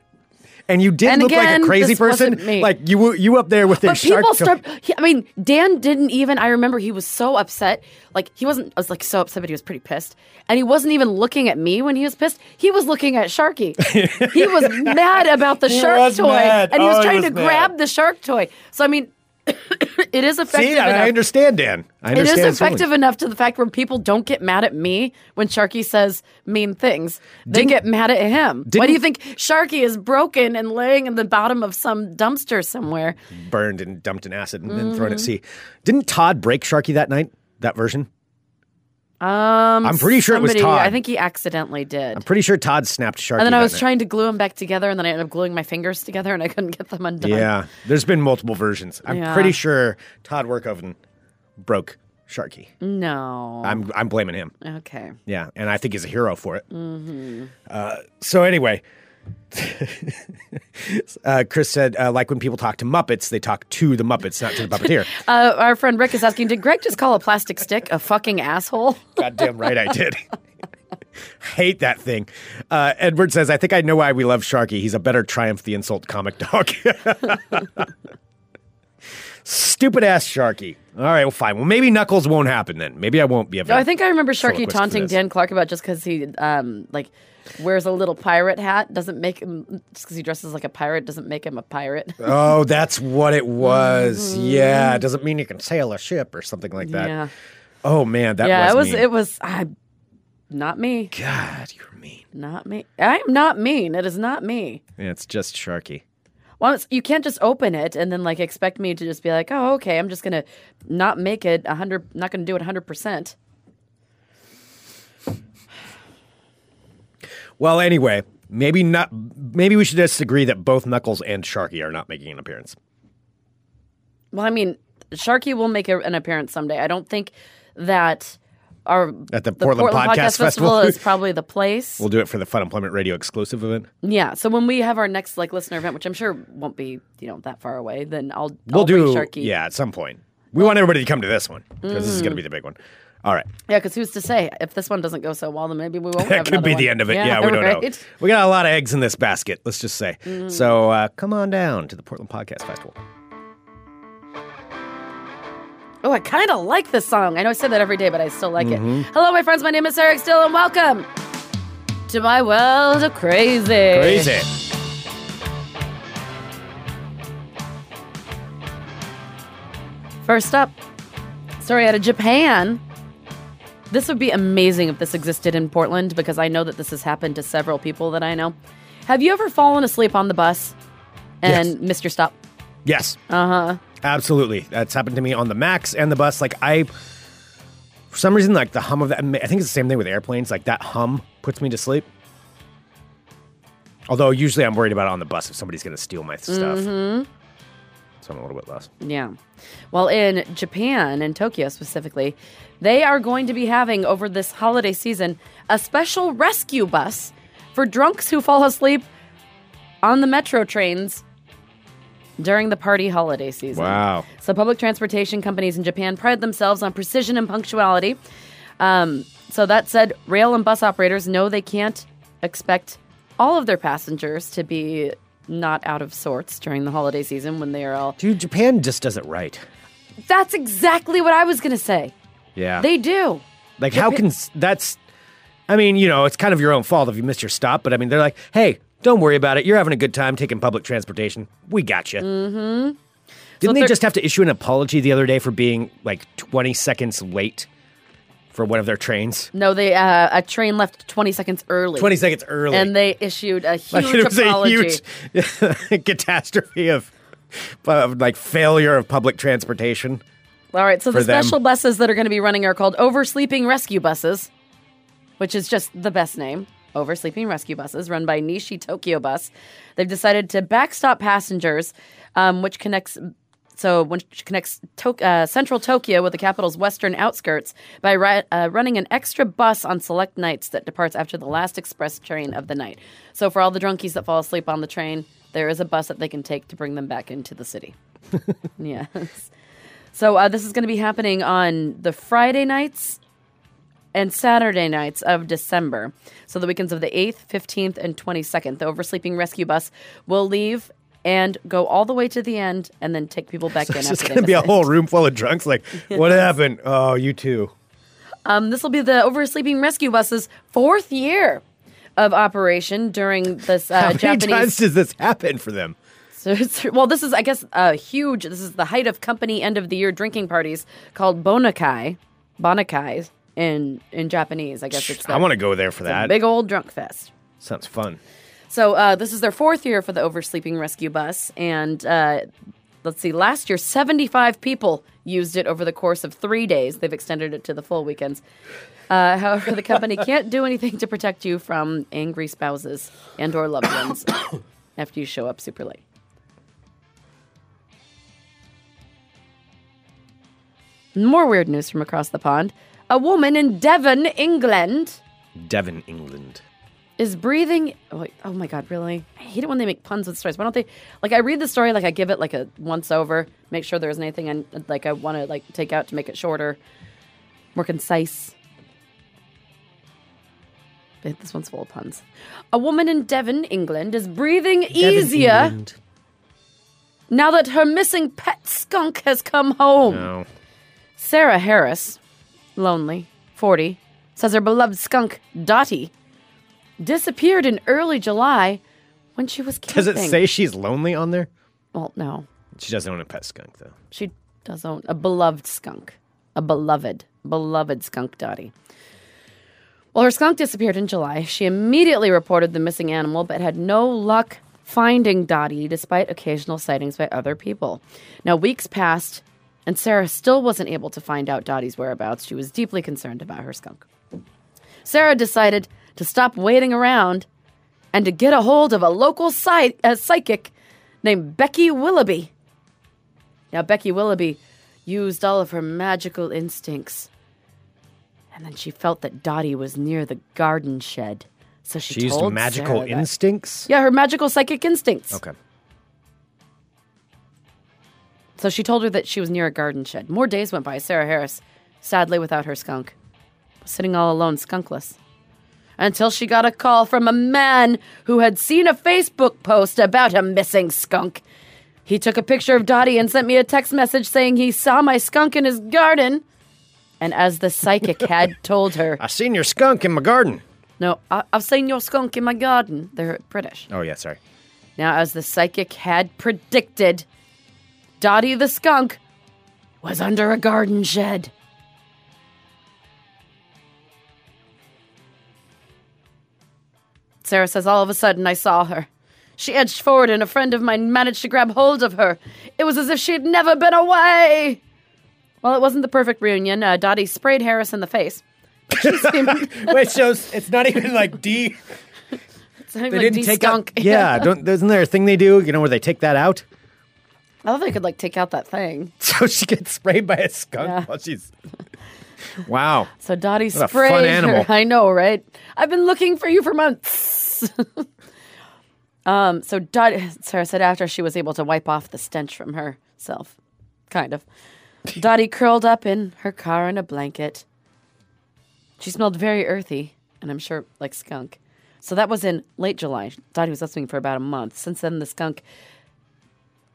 Speaker 5: And you did
Speaker 6: And
Speaker 5: look like
Speaker 6: again,
Speaker 5: a crazy
Speaker 6: this
Speaker 5: person.
Speaker 6: wasn't me.
Speaker 5: Like you were- you up there with the
Speaker 6: But
Speaker 5: shark.
Speaker 6: people start. He, I mean, Dan didn't even. I remember he was so upset. Like he wasn't. I was like so upset, but he was pretty pissed. And he wasn't even looking at me when he was pissed. He was looking at Sharky. he was mad about the
Speaker 5: He
Speaker 6: shark
Speaker 5: was
Speaker 6: toy,
Speaker 5: mad.
Speaker 6: and he was
Speaker 5: Oh, he
Speaker 6: trying
Speaker 5: was
Speaker 6: to
Speaker 5: mad.
Speaker 6: grab the shark toy. So I mean, it is effective.
Speaker 5: See, I, I
Speaker 6: enough.
Speaker 5: understand, Dan. I
Speaker 6: It is
Speaker 5: understand his feelings.
Speaker 6: effective enough to the fact where people don't get mad at me when Sharky says mean things. They get mad at him. Why do you think Sharky is broken and laying in the bottom of some dumpster somewhere?
Speaker 5: burned and
Speaker 6: Mm-hmm.
Speaker 5: dumped in acid and then thrown at sea. Didn't Todd break Sharky that night? That version?
Speaker 6: Um,
Speaker 5: I'm pretty sure it was
Speaker 6: somebody-
Speaker 5: Todd.
Speaker 6: I think he accidentally did.
Speaker 5: I'm pretty sure Todd snapped Sharky.
Speaker 6: and then I
Speaker 5: that
Speaker 6: was
Speaker 5: night.
Speaker 6: trying to glue them back together, and then I ended up gluing my fingers together, and I couldn't get them undone.
Speaker 5: Yeah, there's been multiple versions. I'm
Speaker 6: Yeah.
Speaker 5: pretty sure Todd Workoven broke Sharky.
Speaker 6: Mm. No.
Speaker 5: I'm I'm blaming him.
Speaker 6: okay.
Speaker 5: Yeah, and I think he's a hero for it. Uh, so anyway, uh, Chris said, uh, like when people talk to Muppets, they talk to the Muppets, not to the puppeteer.
Speaker 6: Uh, our friend Rick is asking, did Greg just call a plastic stick a fucking asshole?
Speaker 5: Goddamn right, I did. Hate that thing. Uh, Edward says, I think I know why we love Sharky. He's a better Triumph the Insult comic dog. Stupid ass Sharky. All right, well, fine. Well, maybe Knuckles won't happen then. Maybe I won't be a
Speaker 6: No, I think I remember Sharky
Speaker 5: Soliloquist for
Speaker 6: taunting
Speaker 5: this.
Speaker 6: Dan Clark about just because he um like wears a little pirate hat doesn't make him just because he dresses like a pirate doesn't make him a pirate.
Speaker 5: Oh, that's what it was. Yeah, it doesn't mean you can sail a ship or something like that.
Speaker 6: Mm-hmm. yeah,
Speaker 5: Oh man, that
Speaker 6: yeah.
Speaker 5: was
Speaker 6: it was
Speaker 5: mean.
Speaker 6: it was I, not me,
Speaker 5: God, you're mean.
Speaker 6: not me. I'm not mean. It is not me.
Speaker 5: Yeah, it's just Sharky.
Speaker 6: Well, it's, you can't just open it and then like expect me to just be like, oh, okay, I'm just gonna not make it a hundred, not gonna do it a hundred percent.
Speaker 5: Well, anyway, maybe not. Maybe we should just agree that both Knuckles and Sharky are not making an appearance.
Speaker 6: Well, I mean, Sharky will make a, an appearance someday. I don't think that our
Speaker 5: At the Portland Podcast Festival.
Speaker 6: is probably the place.
Speaker 5: We'll do it for the Fun Employment Radio exclusive event.
Speaker 6: yeah. So when we have our next like listener event, which I'm sure won't be you know that far away, then I'll
Speaker 5: We'll
Speaker 6: I'll bring
Speaker 5: do
Speaker 6: Sharky.
Speaker 5: yeah at some point. We want everybody to come to this one because this is going to be the big one. All right,
Speaker 6: yeah. Because who's to say if this one doesn't go so well, then maybe we won't. have
Speaker 5: that could
Speaker 6: another
Speaker 5: be the
Speaker 6: one.
Speaker 5: end of it. Yeah, we don't know.
Speaker 6: right?
Speaker 5: We got a lot of eggs in this basket. Let's just say. So uh, come on down to the Portland Podcast Festival.
Speaker 6: Oh, I kind of like this song. I know I said that every day, but I still like it.
Speaker 5: Mm-hmm.
Speaker 6: Hello, my friends. My name is Eric Still, and welcome to my world of crazy.
Speaker 5: Crazy.
Speaker 6: First up, story out of Japan. This would be amazing if this existed in Portland because I know that this has happened to several people that I know. Have you ever fallen asleep on the bus and missed your stop?
Speaker 5: Yes. Uh huh. Absolutely. That's happened to me on the Max and the bus. Like I, for some reason, like the hum of that. I think it's the same thing with airplanes. Like that hum puts me to sleep. Although usually I'm worried about it on the bus if somebody's going to steal my stuff. So I'm a little bit less.
Speaker 6: Yeah. Well, in Japan, in Tokyo specifically, they are going to be having over this holiday season a special rescue bus for drunks who fall asleep on the metro trains during the party holiday season.
Speaker 5: Wow.
Speaker 6: So, public transportation companies in Japan pride themselves on precision and punctuality. Um, so, that said, rail and bus operators know they can't expect all of their passengers to be not out of sorts during the holiday season when they are all
Speaker 5: Dude, Japan just does it right.
Speaker 6: that's exactly what I was going to say.
Speaker 5: Yeah.
Speaker 6: They do.
Speaker 5: like how can s- that's? I mean, you know, it's kind of your own fault if you missed your stop. But I mean, they're like, hey. Don't worry about it. You're having a good time taking public transportation. We got you. Didn't they
Speaker 6: Mm-hmm. they're-
Speaker 5: just have to issue an apology the other day for being like 20 seconds late for one of their trains?
Speaker 6: No, they uh, a train left 20 seconds early.
Speaker 5: 20 seconds early.
Speaker 6: and they issued a huge
Speaker 5: like it was
Speaker 6: apology.
Speaker 5: a huge catastrophe of, of like failure of public transportation.
Speaker 6: All right, so the
Speaker 5: for them.
Speaker 6: special buses that are going to be running are called Oversleeping Rescue Buses, which is just the best name. Oversleeping Rescue Buses, run by Nishi Tokyo Bus. They've decided to backstop passengers, um, which connects. So, which connects Tok uh, central Tokyo with the capital's western outskirts by ri- uh, running an extra bus on select nights that departs after the last express train of the night. So, for all the drunkies that fall asleep on the train, there is a bus that they can take to bring them back into the city. yes. So uh, this is going to be happening on the Friday nights and Saturday nights of December. So the weekends of the 8th, 15th, and 22nd. The oversleeping rescue bus will leave and go all the way to the end and then take people back in.
Speaker 5: It's
Speaker 6: after
Speaker 5: just
Speaker 6: they
Speaker 5: going to be
Speaker 6: miss
Speaker 5: a
Speaker 6: it.
Speaker 5: whole room full of drunks. Like, what happened? Oh, you too.
Speaker 6: Um, this will be the oversleeping rescue bus's fourth year of operation during this uh,
Speaker 5: How many
Speaker 6: Japanese.
Speaker 5: times does this happen for them?
Speaker 6: So it's, well, this is, I guess, a huge. This is the height of company end of the year drinking parties called bonakai, bonakai in in Japanese. I guess it's.
Speaker 5: I
Speaker 6: the-
Speaker 5: want to go there for
Speaker 6: it's a
Speaker 5: that.
Speaker 6: big old drunk fest.
Speaker 5: Sounds fun.
Speaker 6: So uh, this is their fourth year for the oversleeping rescue bus, and uh, Let's see. Last year, 75 people used it over the course of three days. They've extended it to the full weekends. Uh, however, the company can't do anything to protect you from angry spouses and/or loved ones after you show up super late. More weird news from across the pond. A woman in Devon, England,
Speaker 5: Devon, England.
Speaker 6: is breathing. Oh, wait, oh my god, really? I hate it when they make puns with stories. Why don't they? Like, I read the story, like I give it like a once over, make sure there isn't anything I like I want to like take out to make it shorter, more concise. But this one's full of puns. A woman in Devon, England, is breathing easier now that her missing pet skunk has come home.
Speaker 5: No.
Speaker 6: Sarah Harris, lonely, 40, says her beloved skunk, Dottie, disappeared in early July when she was
Speaker 5: Does
Speaker 6: camping.
Speaker 5: it say she's lonely on there?
Speaker 6: Well, no.
Speaker 5: She doesn't own a pet skunk though.
Speaker 6: She does own a beloved skunk, a beloved, beloved skunk Dottie. Well, her skunk disappeared in July. She immediately reported the missing animal, but had no luck finding Dottie despite occasional sightings by other people. Now, weeks passed, and Sarah still wasn't able to find out Dottie's whereabouts. She was deeply concerned about her skunk. Sarah decided to stop waiting around and to get a hold of a local psy- uh, psychic named Becky Willoughby. Now, Becky Willoughby used all of her magical instincts. And then she felt that Dottie was near the garden shed. So she
Speaker 5: She used
Speaker 6: told
Speaker 5: magical
Speaker 6: Sarah that-
Speaker 5: instincts.
Speaker 6: Yeah, her magical psychic instincts.
Speaker 5: Okay.
Speaker 6: So she told her that she was near a garden shed. More days went by. Sarah Harris, sadly without her skunk, was sitting all alone, skunkless. Until she got a call from a man who had seen a Facebook post about a missing skunk. He took a picture of Dottie and sent me a text message saying he saw my skunk in his garden. And as the psychic had told her,
Speaker 5: I seen your skunk in my garden.
Speaker 6: no, I- I've seen your skunk in my garden. They're British.
Speaker 5: Oh yeah, sorry.
Speaker 6: Now, as the psychic had predicted, Dottie the skunk was under a garden shed. Sarah says, All of a sudden, I saw her. She edged forward, and a friend of mine managed to grab hold of her. It was as if she had never been away. Well, it wasn't the perfect reunion. Uh, Dottie sprayed Harris in the face. She seemed-
Speaker 5: Wait, so it's not even like D.
Speaker 6: seemed
Speaker 5: They
Speaker 6: like
Speaker 5: didn't
Speaker 6: de-
Speaker 5: take
Speaker 6: skunk.
Speaker 5: out. Yeah, don't isn't there a thing they do? You know where they take that out?
Speaker 6: I thought they could like take out that thing.
Speaker 5: So she gets sprayed by a skunk
Speaker 6: Yeah.
Speaker 5: while she's. Wow.
Speaker 6: So Dottie
Speaker 5: a fun
Speaker 6: sprayed
Speaker 5: animal.
Speaker 6: her. I know, right? I've been looking for you for months. um, so Dottie, Sarah said after she was able to wipe off the stench from herself, kind of. Dottie curled up in her car in a blanket. She smelled very earthy, and I'm sure like skunk. So that was in late July. Dottie was listening for about a month. Since then, the skunk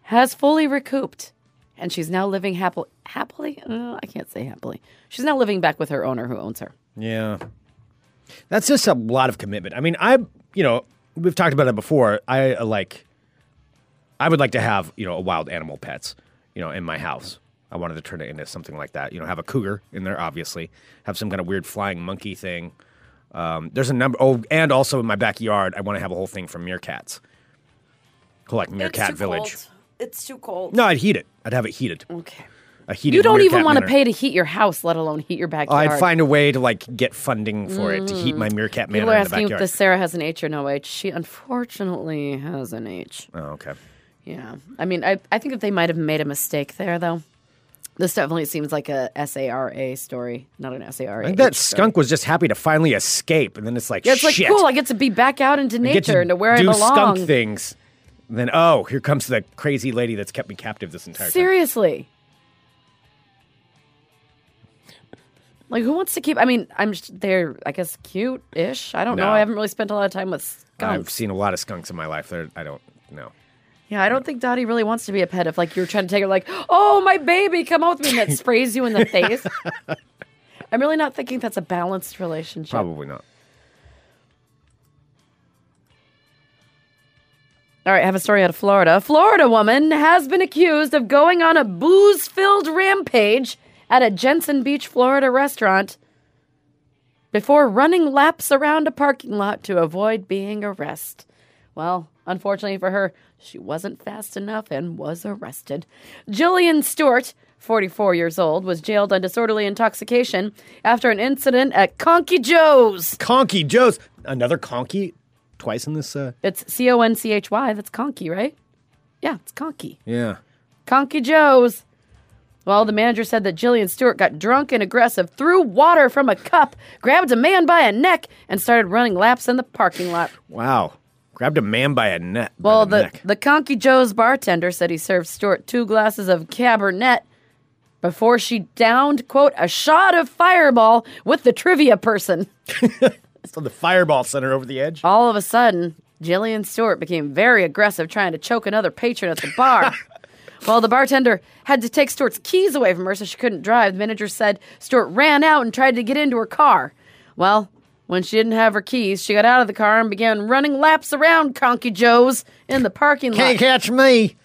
Speaker 6: has fully recouped, and she's now living happily. Happily, uh, I can't say happily. She's now living back with her owner, who owns her.
Speaker 5: Yeah. That's just a lot of commitment. I mean, I, you know, we've talked about it before. I uh, like, I would like to have, you know, a wild animal pets, you know, in my house. I wanted to turn it into something like that. You know, have a cougar in there, obviously, have some kind of weird flying monkey thing. Um, there's a number. Oh, and also in my backyard, I want to have a whole thing for meerkats. Called like Meerkat Village.
Speaker 3: It's too cold.
Speaker 5: No, I'd heat it. I'd have it heated.
Speaker 6: Okay.
Speaker 5: A heated
Speaker 6: You don't even
Speaker 5: meerkat
Speaker 6: want to
Speaker 5: manor.
Speaker 6: pay to heat your house, let alone heat your backyard.
Speaker 5: Oh, I'd find a way to like get funding for it to heat my meerkat
Speaker 6: Mm. People
Speaker 5: manor in
Speaker 6: are
Speaker 5: the
Speaker 6: asking if
Speaker 5: backyard.
Speaker 6: the Sarah has an H or no H. She unfortunately has an H.
Speaker 5: Oh, okay.
Speaker 6: Yeah. I mean, I, I think that they might have made a mistake there, though. This definitely seems like a S A R A story, not an S A R A.
Speaker 5: I think that skunk was just happy to finally escape, and then it's like,
Speaker 6: Yeah, it's like
Speaker 5: shit.
Speaker 6: cool. I get to be back out into
Speaker 5: I get
Speaker 6: nature
Speaker 5: to
Speaker 6: and to where I
Speaker 5: do
Speaker 6: belong.
Speaker 5: skunk things. And then oh, here comes the crazy lady that's kept me captive this entire
Speaker 6: Seriously. Like who wants to keep? I mean, I'm sh- they're I guess cute-ish. I don't know.
Speaker 5: No.
Speaker 6: I haven't really spent a lot of time with
Speaker 5: time.
Speaker 6: skunks.
Speaker 5: I've seen a lot of skunks in my life. They're, I don't know.
Speaker 6: Yeah, I don't think Dottie really wants to be a pet if like you're trying to take her like, oh my baby, come out with me and that sprays you in the face. I'm really not thinking that's a balanced relationship.
Speaker 5: Probably not.
Speaker 6: All right, I have a story out of Florida. A Florida woman has been accused of going on a booze filled rampage at a Jensen Beach, Florida restaurant before running laps around a parking lot to avoid being arrested. Well, Unfortunately for her, she wasn't fast enough and was arrested. Jillian Stewart, 44 years old, was jailed on disorderly intoxication after an incident at Conky Joe's.
Speaker 5: Conky Joe's. Another conky twice in this. Uh,
Speaker 6: It's C O N C H Y. That's Conky, right? Yeah, it's Conky.
Speaker 5: yeah.
Speaker 6: Conky Joe's. Well, the manager said that Jillian Stewart got drunk and aggressive, threw water from a cup, grabbed a man by a neck, and started running laps in the parking lot.
Speaker 5: Wow. Grabbed a man by a net. by
Speaker 6: Well,
Speaker 5: the,
Speaker 6: the,
Speaker 5: neck.
Speaker 6: the Conky Joe's bartender said he served Stewart two glasses of Cabernet before she downed, quote, a shot of fireball with the trivia person.
Speaker 5: so the fireball sent her over the edge.
Speaker 6: All of a sudden, Jillian Stewart became very aggressive, trying to choke another patron at the bar. Well, the bartender had to take Stewart's keys away from her so she couldn't drive. The manager said Stewart ran out and tried to get into her car. Well, when she didn't have her keys, she got out of the car and began running laps around Conky Joe's in the parking lot.
Speaker 5: Can't catch me.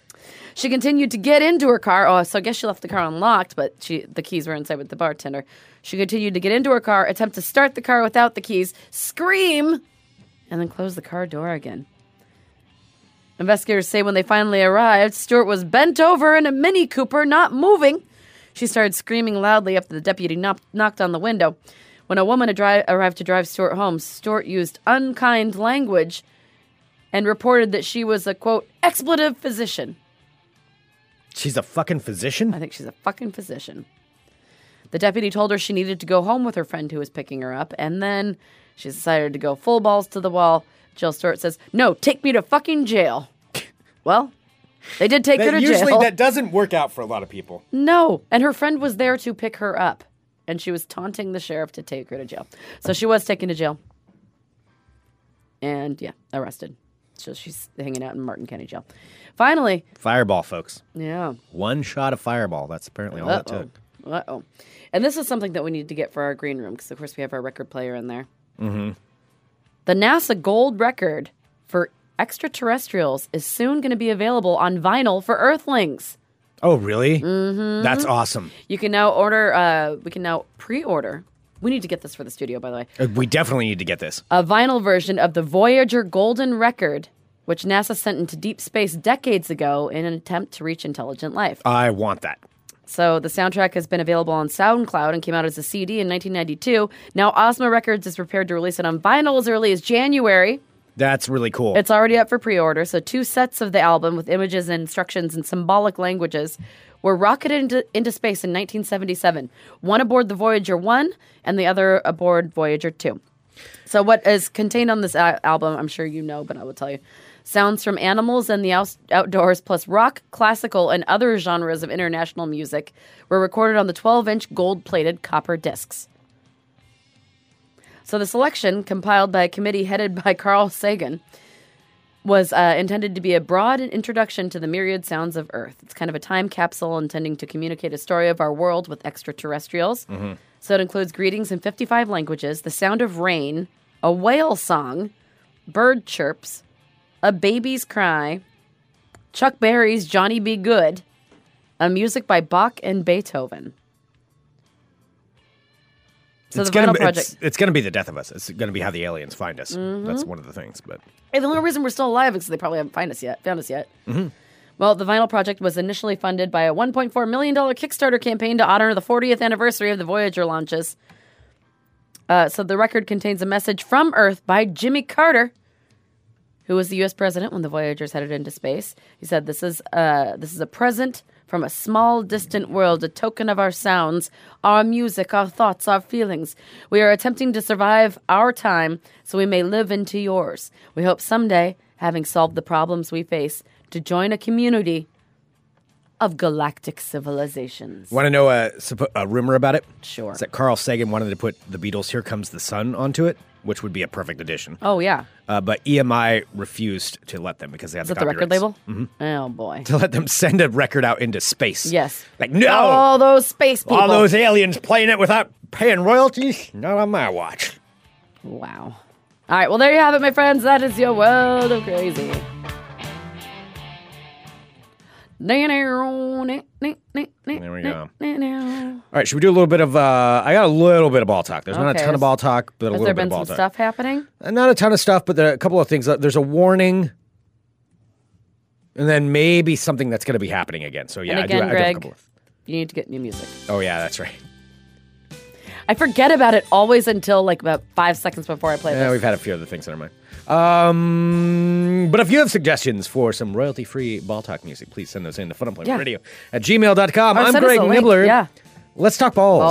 Speaker 6: She continued to get into her car. Oh, so I guess she left the car unlocked, but she the keys were inside with the bartender. She continued to get into her car, attempt to start the car without the keys, scream, and then close the car door again. Investigators say when they finally arrived, Stewart was bent over in a Mini Cooper, not moving. She started screaming loudly after the deputy knock- knocked on the window. When a woman adri- arrived to drive Stewart home, Stewart used unkind language and reported that she was a quote expletive physician.
Speaker 5: She's a fucking
Speaker 6: I
Speaker 5: physician.
Speaker 6: think she's a fucking physician. The deputy told her she needed to go home with her friend who was picking her up, and then she decided to go full balls to the wall. Jill Stewart says, No, take me to fucking jail. well, they did take her to jail.
Speaker 5: doesn't work out for a lot of people.
Speaker 6: no, and her friend was there to pick her up, and she was taunting the sheriff to take her to jail. So she was taken to jail. And yeah, arrested. So she's hanging out in Martin County Jail. Finally,
Speaker 5: Fireball, folks.
Speaker 6: yeah.
Speaker 5: One shot of fireball. That's apparently all it took.
Speaker 6: Uh oh. And this is something that we need to get for our green room because, of course, we have our record player in there. Mm-hmm. The NASA gold record for extraterrestrials is soon going to be available on vinyl for Earthlings.
Speaker 5: Oh, really? Mm-hmm. That's awesome.
Speaker 6: You can now order, uh, we can now pre order. We need to get this for the studio, by the way.
Speaker 5: Uh, We definitely need to get this.
Speaker 6: a vinyl version of the Voyager Golden Record, which NASA sent into deep space decades ago in an attempt to reach intelligent life.
Speaker 5: I want that.
Speaker 6: So the soundtrack has been available on SoundCloud and came out as a CD in 1992. Now Osmo Records is prepared to release it on vinyl as early as January.
Speaker 5: That's really cool.
Speaker 6: It's already up for pre-order, so two sets of the album with images and instructions in symbolic languages were rocketed into, into space in 1977. One aboard the Voyager 1 and the other aboard Voyager 2. So what is contained on this a- album, I'm sure you know, but I will tell you. Sounds from animals and the outs outdoors, plus rock, classical, and other genres of international music, were recorded on the 12-inch gold-plated copper discs. So the selection, compiled by a committee headed by Carl Sagan, was uh, intended to be a broad introduction to the myriad sounds of Earth. It's kind of a time capsule intending to communicate a story of our world with extraterrestrials.
Speaker 5: Mm-hmm.
Speaker 6: So it includes greetings in 55 languages, the sound of rain, a whale song, bird chirps, a baby's cry, Chuck Berry's Johnny Be Good, a music by Bach and Beethoven. So
Speaker 5: It's
Speaker 6: the vinyl
Speaker 5: be,
Speaker 6: project. Mm-hmm.
Speaker 5: It's, it's gonna be the death of us. It's gonna be how the aliens find us. That's one of the things. But
Speaker 6: Hey, the only reason we're still alive is 'cause they probably haven't find us yet, found us yet. Well, the vinyl project was initially funded by a $1.4 million Kickstarter campaign to honor the 40th anniversary of the Voyager launches. Uh, so the record contains a message from Earth by Jimmy Carter, who was the U.S. president when the Voyagers headed into space. He said, "This is uh, this is a present from a small, distant world, a token of our sounds, our music, our thoughts, our feelings. We are attempting to survive our time so we may live into yours. We hope someday, having solved the problems we face, to join a community." Of galactic civilizations.
Speaker 5: want to know a, suppo- a rumor about it?
Speaker 6: Sure.
Speaker 5: Is that Carl Sagan wanted to put the Beatles' "Here Comes the Sun" onto it, which would be a perfect addition.
Speaker 6: Oh yeah,
Speaker 5: Uh, but EMI refused to let them because they had
Speaker 6: is that
Speaker 5: the,
Speaker 6: the record
Speaker 5: copyrights.
Speaker 6: label? Mm-hmm. Oh boy.
Speaker 5: to let them send a record out into space.
Speaker 6: Yes. Oh,
Speaker 5: Like no.
Speaker 6: All those space people.
Speaker 5: All those aliens playing it without paying royalties? Not on my watch.
Speaker 6: Wow. All right, well, there you have it, my friends. That is your world of crazy. There
Speaker 5: we go. All right, should we do a little bit of? Uh, I got a little bit of ball talk. There's not
Speaker 6: Okay,
Speaker 5: a ton
Speaker 6: has-
Speaker 5: of ball talk, but a
Speaker 6: Has
Speaker 5: little
Speaker 6: there
Speaker 5: bit
Speaker 6: been
Speaker 5: of ball
Speaker 6: some
Speaker 5: talk.
Speaker 6: stuff happening?
Speaker 5: Not a ton of stuff, but there are a couple of things. Uh, There's a Uh, warning and then maybe something that's going to be happening again. So yeah,
Speaker 6: And
Speaker 5: I
Speaker 6: again,
Speaker 5: do. I do have a
Speaker 6: Greg,
Speaker 5: couple of,
Speaker 6: you need to get new music.
Speaker 5: oh yeah, that's right.
Speaker 6: I forget about it always until like about five seconds before I play
Speaker 5: Yeah,
Speaker 6: this.
Speaker 5: we've had a few other things in our mind. Um, but if you have suggestions for some royalty free ball talk music, please send those in to funandplayradio
Speaker 6: Yeah.
Speaker 5: radio at gmail.com.
Speaker 6: Or
Speaker 5: I'm
Speaker 6: send us
Speaker 5: Greg
Speaker 6: a link,
Speaker 5: Nibbler.
Speaker 6: yeah.
Speaker 5: Let's talk balls.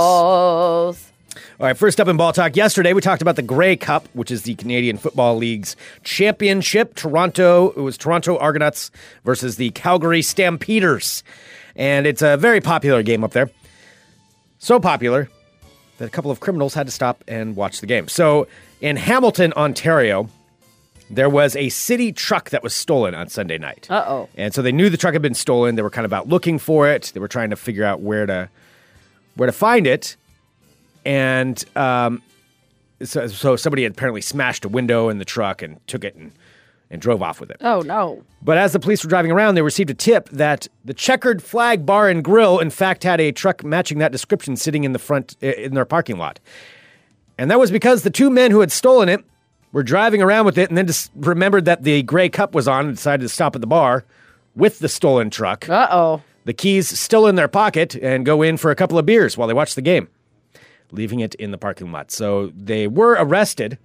Speaker 6: Oh,
Speaker 5: All right, first up in ball talk yesterday, we talked about the Grey Cup, which is the Canadian Football League's championship. Toronto, it was Toronto Argonauts versus the Calgary Stampeders. And it's a very popular game up there. So popular that a couple of criminals had to stop and watch the game. So in Hamilton, Ontario, there was a city truck that was stolen on Sunday night.
Speaker 6: Uh-oh.
Speaker 5: And so they knew the truck had been stolen. They were kind of out looking for it. They were trying to figure out where to where to find it. And um, so, so somebody had apparently smashed a window in the truck and took it and, and drove off with it.
Speaker 6: oh no.
Speaker 5: But as the police were driving around, they received a tip that the checkered flag bar and grill, in fact, had a truck matching that description sitting in the front i- in their parking lot. And that was because the two men who had stolen it were driving around with it and then just remembered that the gray cup was on and decided to stop at the bar with the stolen truck,
Speaker 6: Uh oh.
Speaker 5: the keys still in their pocket, and go in for a couple of beers while they watched the game, leaving it in the parking lot. So they were arrested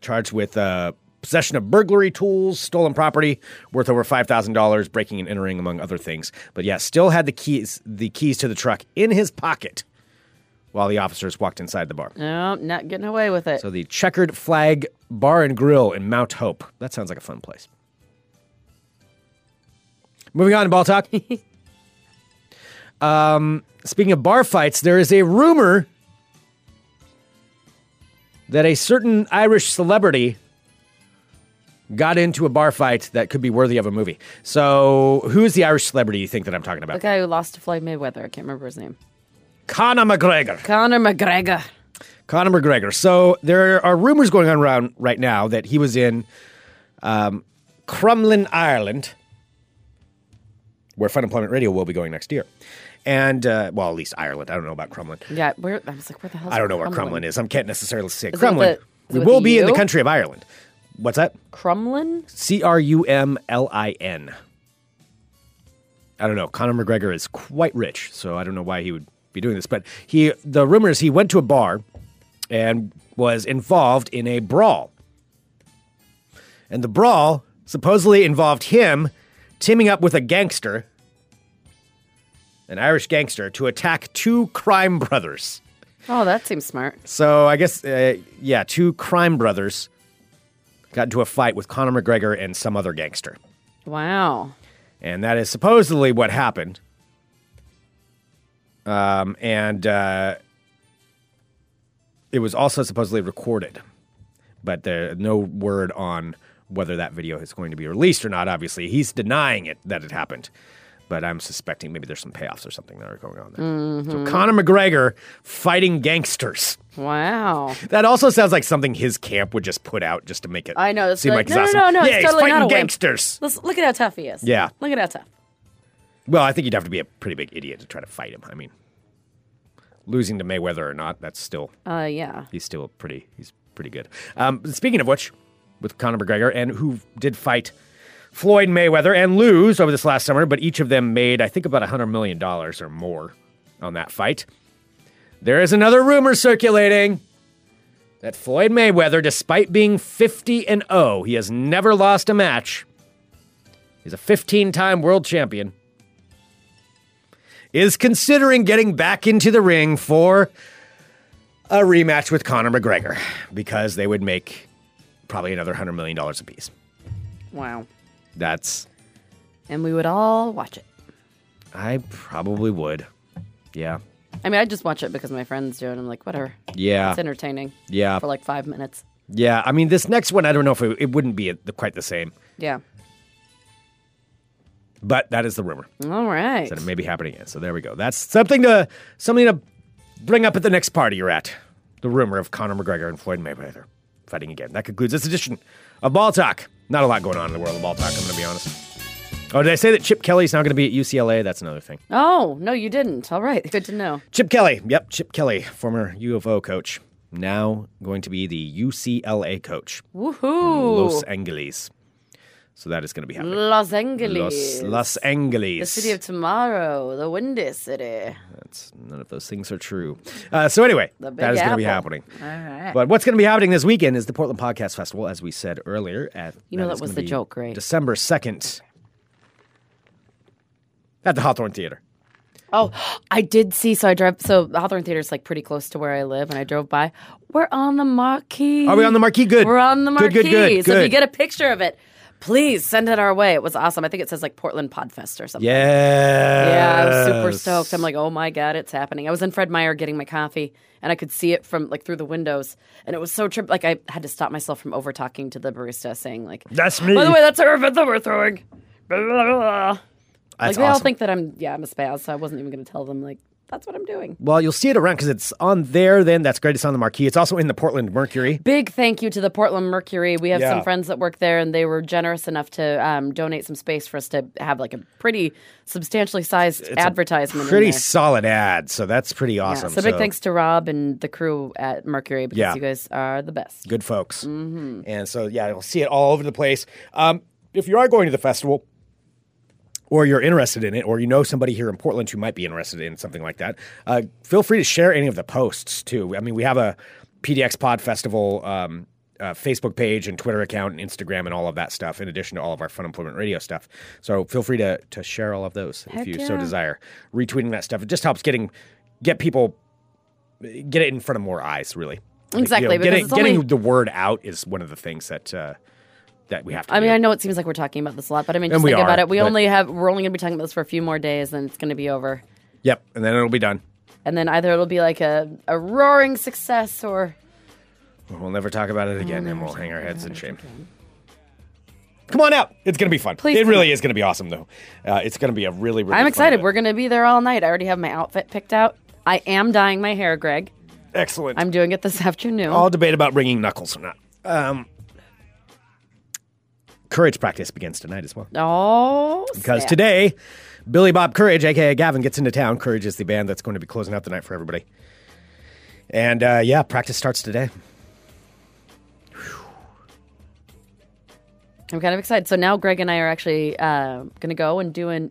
Speaker 5: charged with uh, possession of burglary tools, stolen property worth over five thousand dollars, breaking and entering, among other things. But yeah, still had the keys the keys to the truck in his pocket while the officers walked inside the bar.
Speaker 6: No, not getting away with it.
Speaker 5: So the Checkered Flag Bar and Grill in Mount Hope. That sounds like a fun place. Moving on to ball talk. um, speaking of bar fights, there is a rumor that a certain Irish celebrity got into a bar fight that could be worthy of a movie. So, who is the Irish celebrity you think that I'm talking about?
Speaker 6: the guy who lost to Floyd Mayweather. I can't remember his name.
Speaker 5: Conor McGregor.
Speaker 6: Conor McGregor.
Speaker 5: Conor McGregor. So there are rumors going on around right now that he was in um, Crumlin, Ireland, where Fun Employment Radio will be going next year. And, uh, well, at least Ireland. I don't know about Crumlin.
Speaker 6: Yeah, where I was like, where the hell?
Speaker 5: I don't know where Crumlin is. I can't necessarily say
Speaker 6: it with a-
Speaker 5: Crumlin.
Speaker 6: is it
Speaker 5: We
Speaker 6: with a
Speaker 5: will be in the
Speaker 6: U?
Speaker 5: country of Ireland. What's that?
Speaker 6: Crumlin.
Speaker 5: C R U M L I N. I don't know. Conor McGregor is quite rich, so I don't know why he would be doing this. But he, the rumor is he went to a bar and was involved in a brawl. And the brawl supposedly involved him teaming up with a gangster, an Irish gangster, to attack two crime brothers.
Speaker 6: Oh, that seems smart.
Speaker 5: So I guess, uh, yeah, two crime brothers got into a fight with Conor McGregor and some other gangster.
Speaker 6: Wow.
Speaker 5: And that is supposedly what happened. Um, and uh, it was also supposedly recorded, but there no word on whether that video is going to be released or not. Obviously, he's denying it that it happened, but I'm suspecting maybe there's some payoffs or something that are going on there.
Speaker 6: Mm-hmm.
Speaker 5: So Conor McGregor fighting gangsters.
Speaker 6: Wow.
Speaker 5: That also sounds like something his camp would just put out just to make it.
Speaker 6: I know. It's
Speaker 5: Seem
Speaker 6: like,
Speaker 5: like,
Speaker 6: no,
Speaker 5: he's
Speaker 6: no,
Speaker 5: awesome.
Speaker 6: no, no.
Speaker 5: Yeah,
Speaker 6: it's
Speaker 5: he's
Speaker 6: totally not a
Speaker 5: fighting
Speaker 6: wimp.
Speaker 5: gangsters.
Speaker 6: Let's look at how tough he is.
Speaker 5: Yeah.
Speaker 6: Look at how tough.
Speaker 5: Well, I think you'd have to be a pretty big idiot to try to fight him. I mean, losing to Mayweather or not, that's still
Speaker 6: Uh, yeah.
Speaker 5: he's still pretty he's pretty good. Um, speaking of which, with Conor McGregor and who did fight Floyd Mayweather and lose over this last summer, but each of them made I think about hundred million dollars or more on that fight. There is another rumor circulating that Floyd Mayweather, despite being 50 and 0, he has never lost a match. He's a 15-time world champion. Is considering getting back into the ring for a rematch with Conor McGregor because they would make probably another $100 million apiece.
Speaker 6: Wow.
Speaker 5: That's,
Speaker 6: And we would all watch it.
Speaker 5: I probably would. Yeah.
Speaker 6: I mean, I just watch it because my friends do it. I'm like, whatever.
Speaker 5: Yeah.
Speaker 6: It's entertaining.
Speaker 5: Yeah.
Speaker 6: For like five minutes.
Speaker 5: Yeah. I mean, this next one, I don't know if it, it wouldn't be the, quite the same,
Speaker 6: Yeah.
Speaker 5: but that is the rumor
Speaker 6: All right.
Speaker 5: that it may be happening again. So there we go. That's something to, something to bring up at the next party you're at. The rumor of Conor McGregor and Floyd Mayweather fighting again. That concludes this edition of Ball Talk. Not a lot going on in the world of Ball Talk, I'm going to be honest. Oh, did I say that Chip Kelly's not going to be at UCLA? That's another thing.
Speaker 6: Oh, no, you didn't. All right. Good to know.
Speaker 5: Chip Kelly. Yep, Chip Kelly, former UFO coach, now going to be the UCLA coach,
Speaker 6: Woohoo.
Speaker 5: Los Angeles. So that is going to be happening.
Speaker 6: Los
Speaker 5: Los,
Speaker 6: Angeles.
Speaker 5: Los Angeles.
Speaker 6: the city of tomorrow, the windy city.
Speaker 5: That's, none of those things are true. Uh, so anyway,
Speaker 6: The Big
Speaker 5: that is going to be
Speaker 6: Apple.
Speaker 5: happening.
Speaker 6: All right.
Speaker 5: But what's going to be happening this weekend is the Portland Podcast Festival, as we said earlier. At
Speaker 6: You know that
Speaker 5: is
Speaker 6: was
Speaker 5: gonna
Speaker 6: the
Speaker 5: be
Speaker 6: joke, right?
Speaker 5: December second, at the Hawthorne Theater.
Speaker 6: Oh, I did see. So I drove. So Hawthorne Theater's like pretty close to where I live, and I drove by. We're on the marquee.
Speaker 5: Are we on the marquee? Good.
Speaker 6: We're on the marquee.
Speaker 5: Good, good, good.
Speaker 6: So if you
Speaker 5: good.
Speaker 6: get a picture of it, please send it our way. It was awesome. I think it says like Portland Podfest or something.
Speaker 5: yes.
Speaker 6: Yeah, I was super stoked. I'm like, oh my god, it's happening. I was in Fred Meyer getting my coffee, and I could see it from like through the windows, and it was so trip. Like I had to stop myself from over talking to the barista, saying like,
Speaker 5: That's me.
Speaker 6: By the way, that's our event that we're throwing. Blah, blah, blah. Like
Speaker 5: That's
Speaker 6: they all
Speaker 5: awesome.
Speaker 6: think that I'm yeah I'm a spaz, so I wasn't even going to tell them like that's what I'm doing.
Speaker 5: Well, you'll see it around because it's on there. Then that's great. It's on the marquee. It's also in the Portland Mercury.
Speaker 6: Big thank you to the Portland Mercury. We have
Speaker 5: Yeah.
Speaker 6: some friends that work there, and they were generous enough to um, donate some space for us to have like a pretty substantially sized advertisement. in
Speaker 5: Pretty
Speaker 6: there.
Speaker 5: solid ad. So that's pretty
Speaker 6: Yeah,
Speaker 5: awesome.
Speaker 6: So big thanks to Rob and the crew at Mercury because
Speaker 5: Yeah.
Speaker 6: you guys are the best.
Speaker 5: good folks.
Speaker 6: Mm-hmm.
Speaker 5: And so, yeah, you'll see it all over the place. Um, if you are going to the festival, or you're interested in it, or you know somebody here in Portland who might be interested in something like that, uh, feel free to share any of the posts too. I mean, we have a PDX Pod Festival um, uh, Facebook page and Twitter account and Instagram and all of that stuff, in addition to all of our Fun Employment Radio stuff. So feel free to to share all of those if you so
Speaker 6: yeah.
Speaker 5: desire. Retweeting that stuff it just helps getting get people get it in front of more eyes, really. I think,
Speaker 6: Exactly, because
Speaker 5: getting
Speaker 6: it's
Speaker 5: getting
Speaker 6: only-
Speaker 5: the word out is one of the things that uh, that we have to.
Speaker 6: I mean,
Speaker 5: do.
Speaker 6: I know it seems like we're talking about this a lot, but I mean, just
Speaker 5: we
Speaker 6: think about
Speaker 5: are,
Speaker 6: it. We
Speaker 5: but-
Speaker 6: only have we're only going to be talking about this for a few more days, then it's going to be over,
Speaker 5: yep, and then it'll be done.
Speaker 6: and then either it'll be like a, a roaring success or
Speaker 5: We'll never talk about it again, and we'll hang our heads in shame. Come on out. It's going to be fun.
Speaker 6: Please
Speaker 5: it
Speaker 6: come
Speaker 5: really is going to be awesome, though. Uh, it's going to be a really, really
Speaker 6: I'm excited. We're
Speaker 5: We're
Speaker 6: going to be there all night. I already have my outfit picked out. I am dyeing my hair, Greg.
Speaker 5: Excellent.
Speaker 6: I'm doing it this afternoon.
Speaker 5: All debate about bringing knuckles or not. Um, courage practice begins tonight as well.
Speaker 6: oh,
Speaker 5: Because
Speaker 6: snap.
Speaker 5: today, Billy Bob Courage, aka Gavin, gets into town. Courage is the band that's going to be closing out the night for everybody. And uh, yeah, practice starts today.
Speaker 6: I'm kind of excited. So now Greg and I are actually uh, going to go and do an,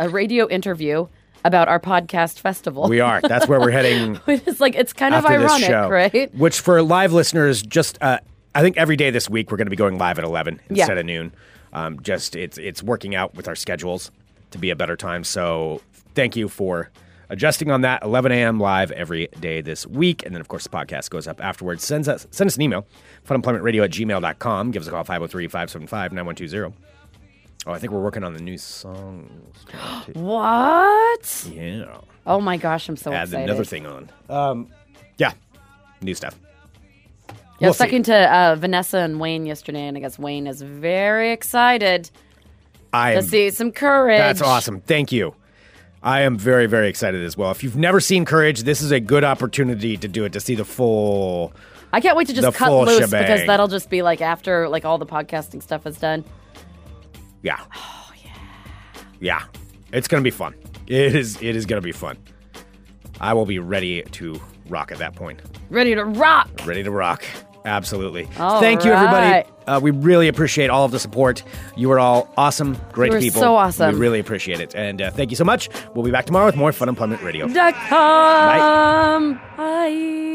Speaker 6: a radio interview about our podcast festival.
Speaker 5: We are. That's where we're heading
Speaker 6: it's like it's kind of
Speaker 5: after
Speaker 6: ironic,
Speaker 5: this show,
Speaker 6: right?
Speaker 5: Which for live listeners, just uh, I think every day this week we're going to be going live at eleven instead of noon. Um, just it's it's working out with our schedules to be a better time. So thank you for adjusting on that. Eleven a.m. live every day this week, and then of course the podcast goes up afterwards. Sends us send us an email funemploymentradio at gmail.com. Give us a call 503-575-9120. Oh, I think we're working on the new songs.
Speaker 6: What?
Speaker 5: Yeah,
Speaker 6: Oh my gosh, I'm so
Speaker 5: add
Speaker 6: excited.
Speaker 5: another thing on. Um, yeah, new stuff.
Speaker 6: Yeah, I was
Speaker 5: We'll see.
Speaker 6: talking to uh, Vanessa and Wayne yesterday, and I guess Wayne is very excited
Speaker 5: I
Speaker 6: to
Speaker 5: am
Speaker 6: see some courage.
Speaker 5: That's awesome. Thank you. I am very, very excited as well. If you've never seen Courage, this is a good opportunity to do it, to see the full.
Speaker 6: I can't wait to just
Speaker 5: The
Speaker 6: cut
Speaker 5: full
Speaker 6: loose because
Speaker 5: shebang.
Speaker 6: that'll just be like after like all the podcasting stuff is done.
Speaker 5: Yeah. Oh, yeah. Yeah. It's going to be fun. It is, it is going to be fun. I will be ready to rock at that point.
Speaker 6: Ready to rock.
Speaker 5: Ready to rock. Absolutely.
Speaker 6: All
Speaker 5: Thank you, everybody.
Speaker 6: right.
Speaker 5: Uh, we really appreciate all of the support. You are all awesome, great
Speaker 6: You are
Speaker 5: people.
Speaker 6: so awesome.
Speaker 5: We really appreciate it. And uh, thank you so much. We'll be back tomorrow with more Fun Employment Radio.
Speaker 6: Dot com. Bye.